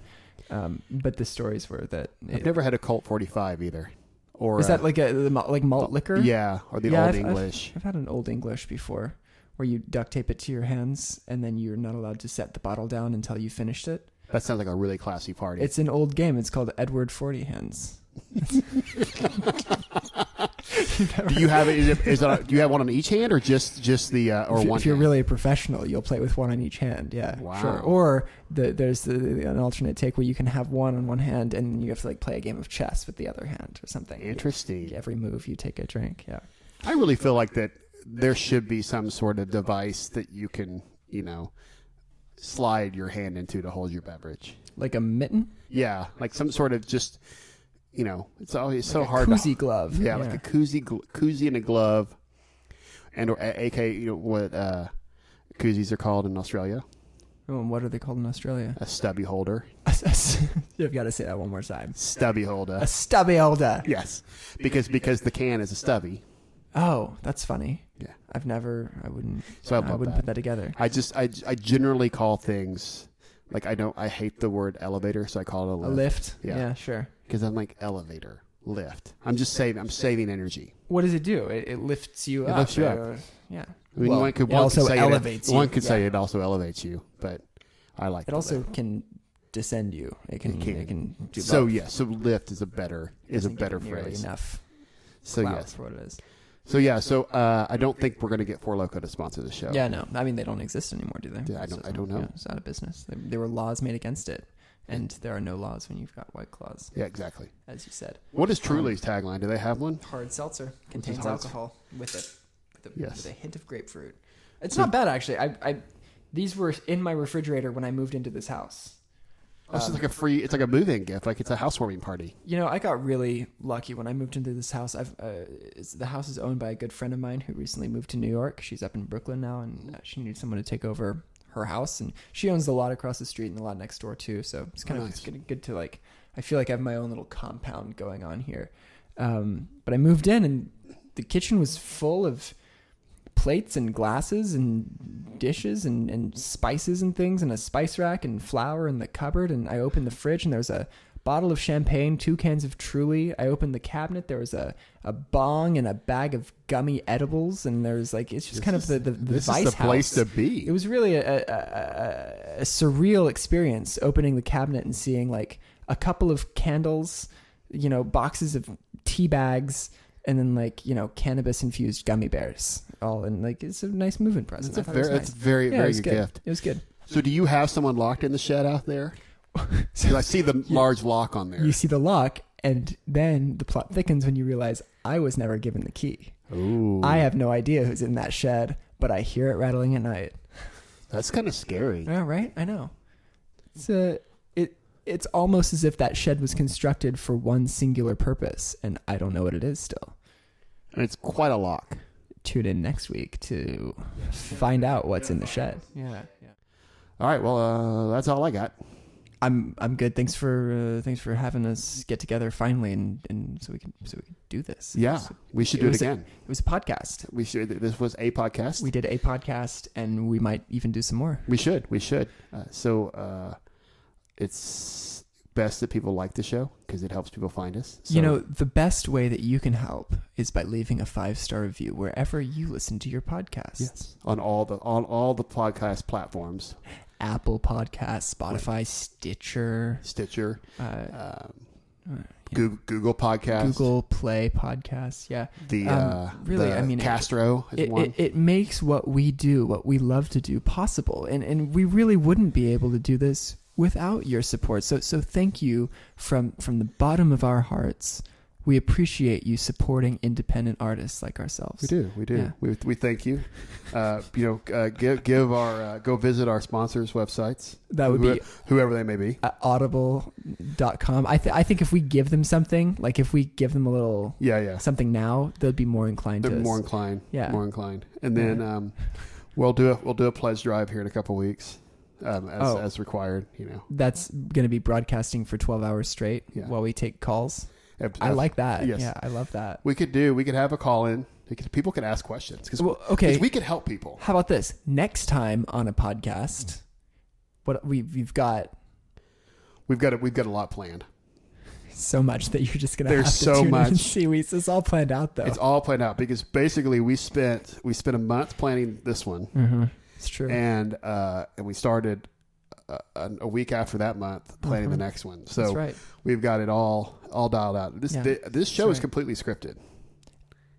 B: yeah um but the stories were that
A: I've never had a Colt 45 either. Or
B: is
A: a-
B: that like a the malt- like malt liquor
A: Oh, yeah, or the
B: Yeah,
A: old
B: I've- I've-
A: English.
B: I've had an old English before where you duct tape it to your hands and then you're not allowed to set the bottle down until you finished it.
A: that sounds like a really classy party.
B: It's an old game. It's called Edward Forty Hands.
A: do you have it? Is, it, is that? do you have one on each hand or just just the uh, or
B: if, you-
A: one?
B: if you're
A: hand?
B: really a professional, you'll play with one on each hand. Yeah,
A: Wow.
B: sure. Or the, there's the, the- an alternate take where you can have one on one hand and you have to like play a game of chess with the other hand or something.
A: interesting.
B: Every move you take a drink. Yeah.
A: I really feel like that there should be some sort of device that you can, you know, slide your hand into to hold your beverage.
B: Like a mitten,
A: Yeah, like some sort of just, you know, it's always so hard. to-
B: koozie glove.
A: Yeah, like a koozie, gl- koozie and a glove, and or a- aka you know what uh, koozies are called in Australia,
B: Oh, and what are they called in Australia?
A: a stubby holder,
B: You've got to say that one more time.
A: stubby holder.
B: A stubby holder.
A: yes, because because the can is a stubby.
B: Oh, that's funny.
A: Yeah.
B: I've never. I wouldn't.
A: So I
B: I,
A: love
B: wouldn't
A: that.
B: put that together.
A: I just I, I generally call things like I don't I hate the word elevator, so I call it
B: A lift.
A: Yeah.
B: Yeah. sure.
A: because I'm like elevator, lift. I'm just saving. I'm saving energy.
B: What does it do? It, it lifts you
A: It
B: up.
A: lifts you up.
B: uh, yeah.
A: I mean,
B: Well,
A: one could,
B: it
A: one
B: also
A: could say
B: elevates
A: it,
B: you.
A: One could say
B: Yeah.
A: it also elevates you, but I like
B: It
A: the
B: also
A: lift.
B: can descend you. It can. It
A: can.
B: can, do both.
A: so yeah. So lift is a better is a
B: Doesn't give
A: better
B: it nearly
A: phrase.
B: Enough.
A: So
B: clout
A: yes.
B: for what it is.
A: So yeah. So uh, I don't think we're gonna get Four Loco to sponsor the show.
B: Yeah. No. I mean, they don't exist anymore, do they?
A: Yeah, I don't-
B: So,
A: I don't know.
B: Oh. yeah, it's out of business. There, there were laws made against it, and there are no laws when you've got white claws,
A: Yeah. Exactly.
B: as you said.
A: What is Truly's tagline? Do they have one?
B: hard seltzer contains
A: hard-
B: alcohol with a, with a,
A: Yes.
B: with a hint of grapefruit. It's not bad actually. I, I these were in my refrigerator when I moved into this house.
A: Oh, so it's like a free. It's like a move-in gift. Like it's a housewarming party.
B: You know, I got really lucky when I moved into this house. I've uh, it's, the house is owned by a good friend of mine who recently moved to New York. She's up in Brooklyn now, and uh, she needed someone to take over her house. And she owns the lot across the street and the lot next door too. So it's kind of it's good, good to like. I feel like I have my own little compound going on here. Um, but I moved in, and the kitchen was full of plates and glasses and dishes and, and spices and things and a spice rack and flour in the cupboard and I opened the fridge and there was a bottle of champagne, two cans of Truly. I opened the cabinet, there was a, a bong and a bag of gummy edibles and there was like it's just kind of the, the, the
A: this is
B: vice
A: the place
B: house.
A: to be.
B: It was really a, a, a, a surreal experience opening the cabinet and seeing like a couple of candles, you know, boxes of tea bags, and then like you know cannabis infused gummy bears. All in like it's a nice moving present.
A: It's a
B: I thought it was
A: very- it's
B: nice.
A: very,
B: Yeah, it
A: very
B: was
A: good gift.
B: It was good.
A: So do you have someone locked in the shed out there? 'Cause I see the large lock on there.
B: You see the lock, and then the plot thickens when you realize I was never given the key.
A: Ooh,
B: I have no idea who's in that shed, but I hear it rattling at night.
A: that's kind of scary.
B: Yeah, right. I know. It's a, it. It's almost as if that shed was constructed for one singular purpose, and I don't know what it is still.
A: And it's quite a lock.
B: Tune in next week to find out what's in the shed. Yeah, yeah.
A: All right, well, uh, that's all I got.
B: I'm I'm good. Thanks for uh, thanks for having us get together finally, and, and so we can so we can do this.
A: Yeah, we should do it
B: was a-
A: again.
B: it was a podcast.
A: we should. This was a podcast.
B: We did a podcast, and we might even do some more.
A: We should. We should. Uh, so uh, it's best that people like the show because it helps people find us. So
B: You know, the best way that you can help is by leaving a five star review wherever you listen to your podcast.
A: yes, on all the on all the podcast platforms,
B: Apple Podcasts, Spotify, Stitcher,
A: Stitcher,
B: uh,
A: um, Google, Google Podcast,
B: Google Play podcasts. Yeah,
A: the
B: Um,
A: uh,
B: really,
A: the
B: I mean, it-
A: Castro is
B: it,
A: one.
B: it, it makes what we do, what we love to do, possible, and and we really wouldn't be able to do this without your support. So so thank you from from the bottom of our hearts. We appreciate you supporting independent artists like ourselves.
A: we do, we do.
B: Yeah.
A: We, we thank you. Uh, you know, uh, give give our uh, go visit our sponsors' websites.
B: That would be-
A: whoever they may be.
B: Uh, audible.com. I th- I think if we give them something, like if we give them a little
A: Yeah, yeah.
B: something now, they'll be more inclined
A: They're
B: to
A: more inclined.
B: Yeah.
A: more inclined. And then um, we'll do a we'll do a pledge drive here in a couple weeks, um, as,
B: Oh.
A: as required. You know,
B: that's going to be broadcasting for 12 hours straight
A: Yeah.
B: while we take calls.
A: If-
B: I like that.
A: yes.
B: Yeah, I love that.
A: we could do. We could have a call in. We could- People could ask questions because
B: Well, okay.
A: we could help people.
B: How about this? Next time on a podcast, what we we've got
A: We've got a, we've got a lot planned.
B: so much that you're just going to have
A: There's
B: to
A: so
B: tune in
A: much.
B: and see. We it's all planned out though.
A: It's
B: It's,
A: all planned out because basically we spent we spent a month planning this one,
B: true.
A: and uh, and we started a, a, a week after that month planning the next one. So
B: Mm-hmm. That's right.
A: we've got it all all dialed out. This
B: Yeah.
A: thi- this show is
B: That's right.
A: completely scripted.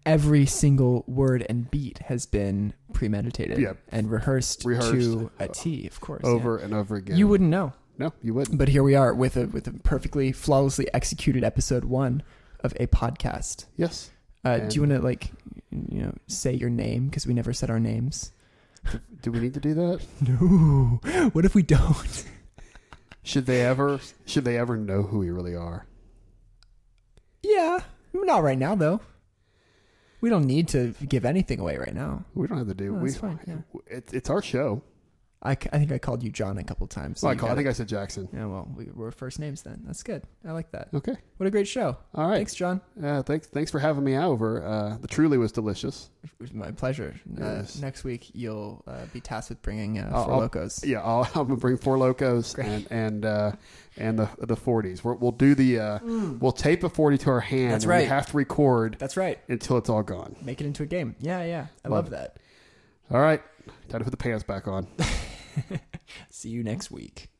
B: Every single word and beat has been premeditated
A: Yeah.
B: and rehearsed,
A: Rehearsed.
B: to a T, of course. yeah.
A: Over and over again.
B: You wouldn't know.
A: no, you wouldn't.
B: But here we are with a with a perfectly flawlessly executed episode 1 of a podcast.
A: Yes,
B: Uh,
A: And-
B: do you want to like, you know, say your name because we never said our names?
A: do we need to do that?
B: No. What if we don't?
A: Should they ever should they ever know who we really are?
B: yeah, not right now though. We don't need to give anything away right now.
A: We don't have to do.
B: No,
A: we
B: that's fine, yeah.
A: it's it's our show.
B: I, c- I think I called you John a couple times.
A: So I,
B: you
A: call, I
B: got
A: think
B: it.
A: I said Jackson.
B: Yeah, well, we, we're first names then. That's good. I like that.
A: Okay.
B: What a great show.
A: All right.
B: Thanks, John.
A: Uh, thanks thanks for having me over. Uh, the truly was delicious.
B: It was my pleasure. Uh,
A: Yes.
B: Next week you'll uh, be tasked with bringing uh,
A: I'll-
B: 4
A: I'll-
B: locos.
A: Yeah, I'll, I'm gonna bring four locos and and uh, and the the forties. We're, we'll do the uh, we'll tape a forty to our hand.
B: Mm. That's
A: and We
B: right.
A: have to record
B: That's right.
A: until it's all gone.
B: Make it into a game. Yeah, yeah. I
A: Love
B: love that.
A: All right, time to put the pants back on.
B: See you next week.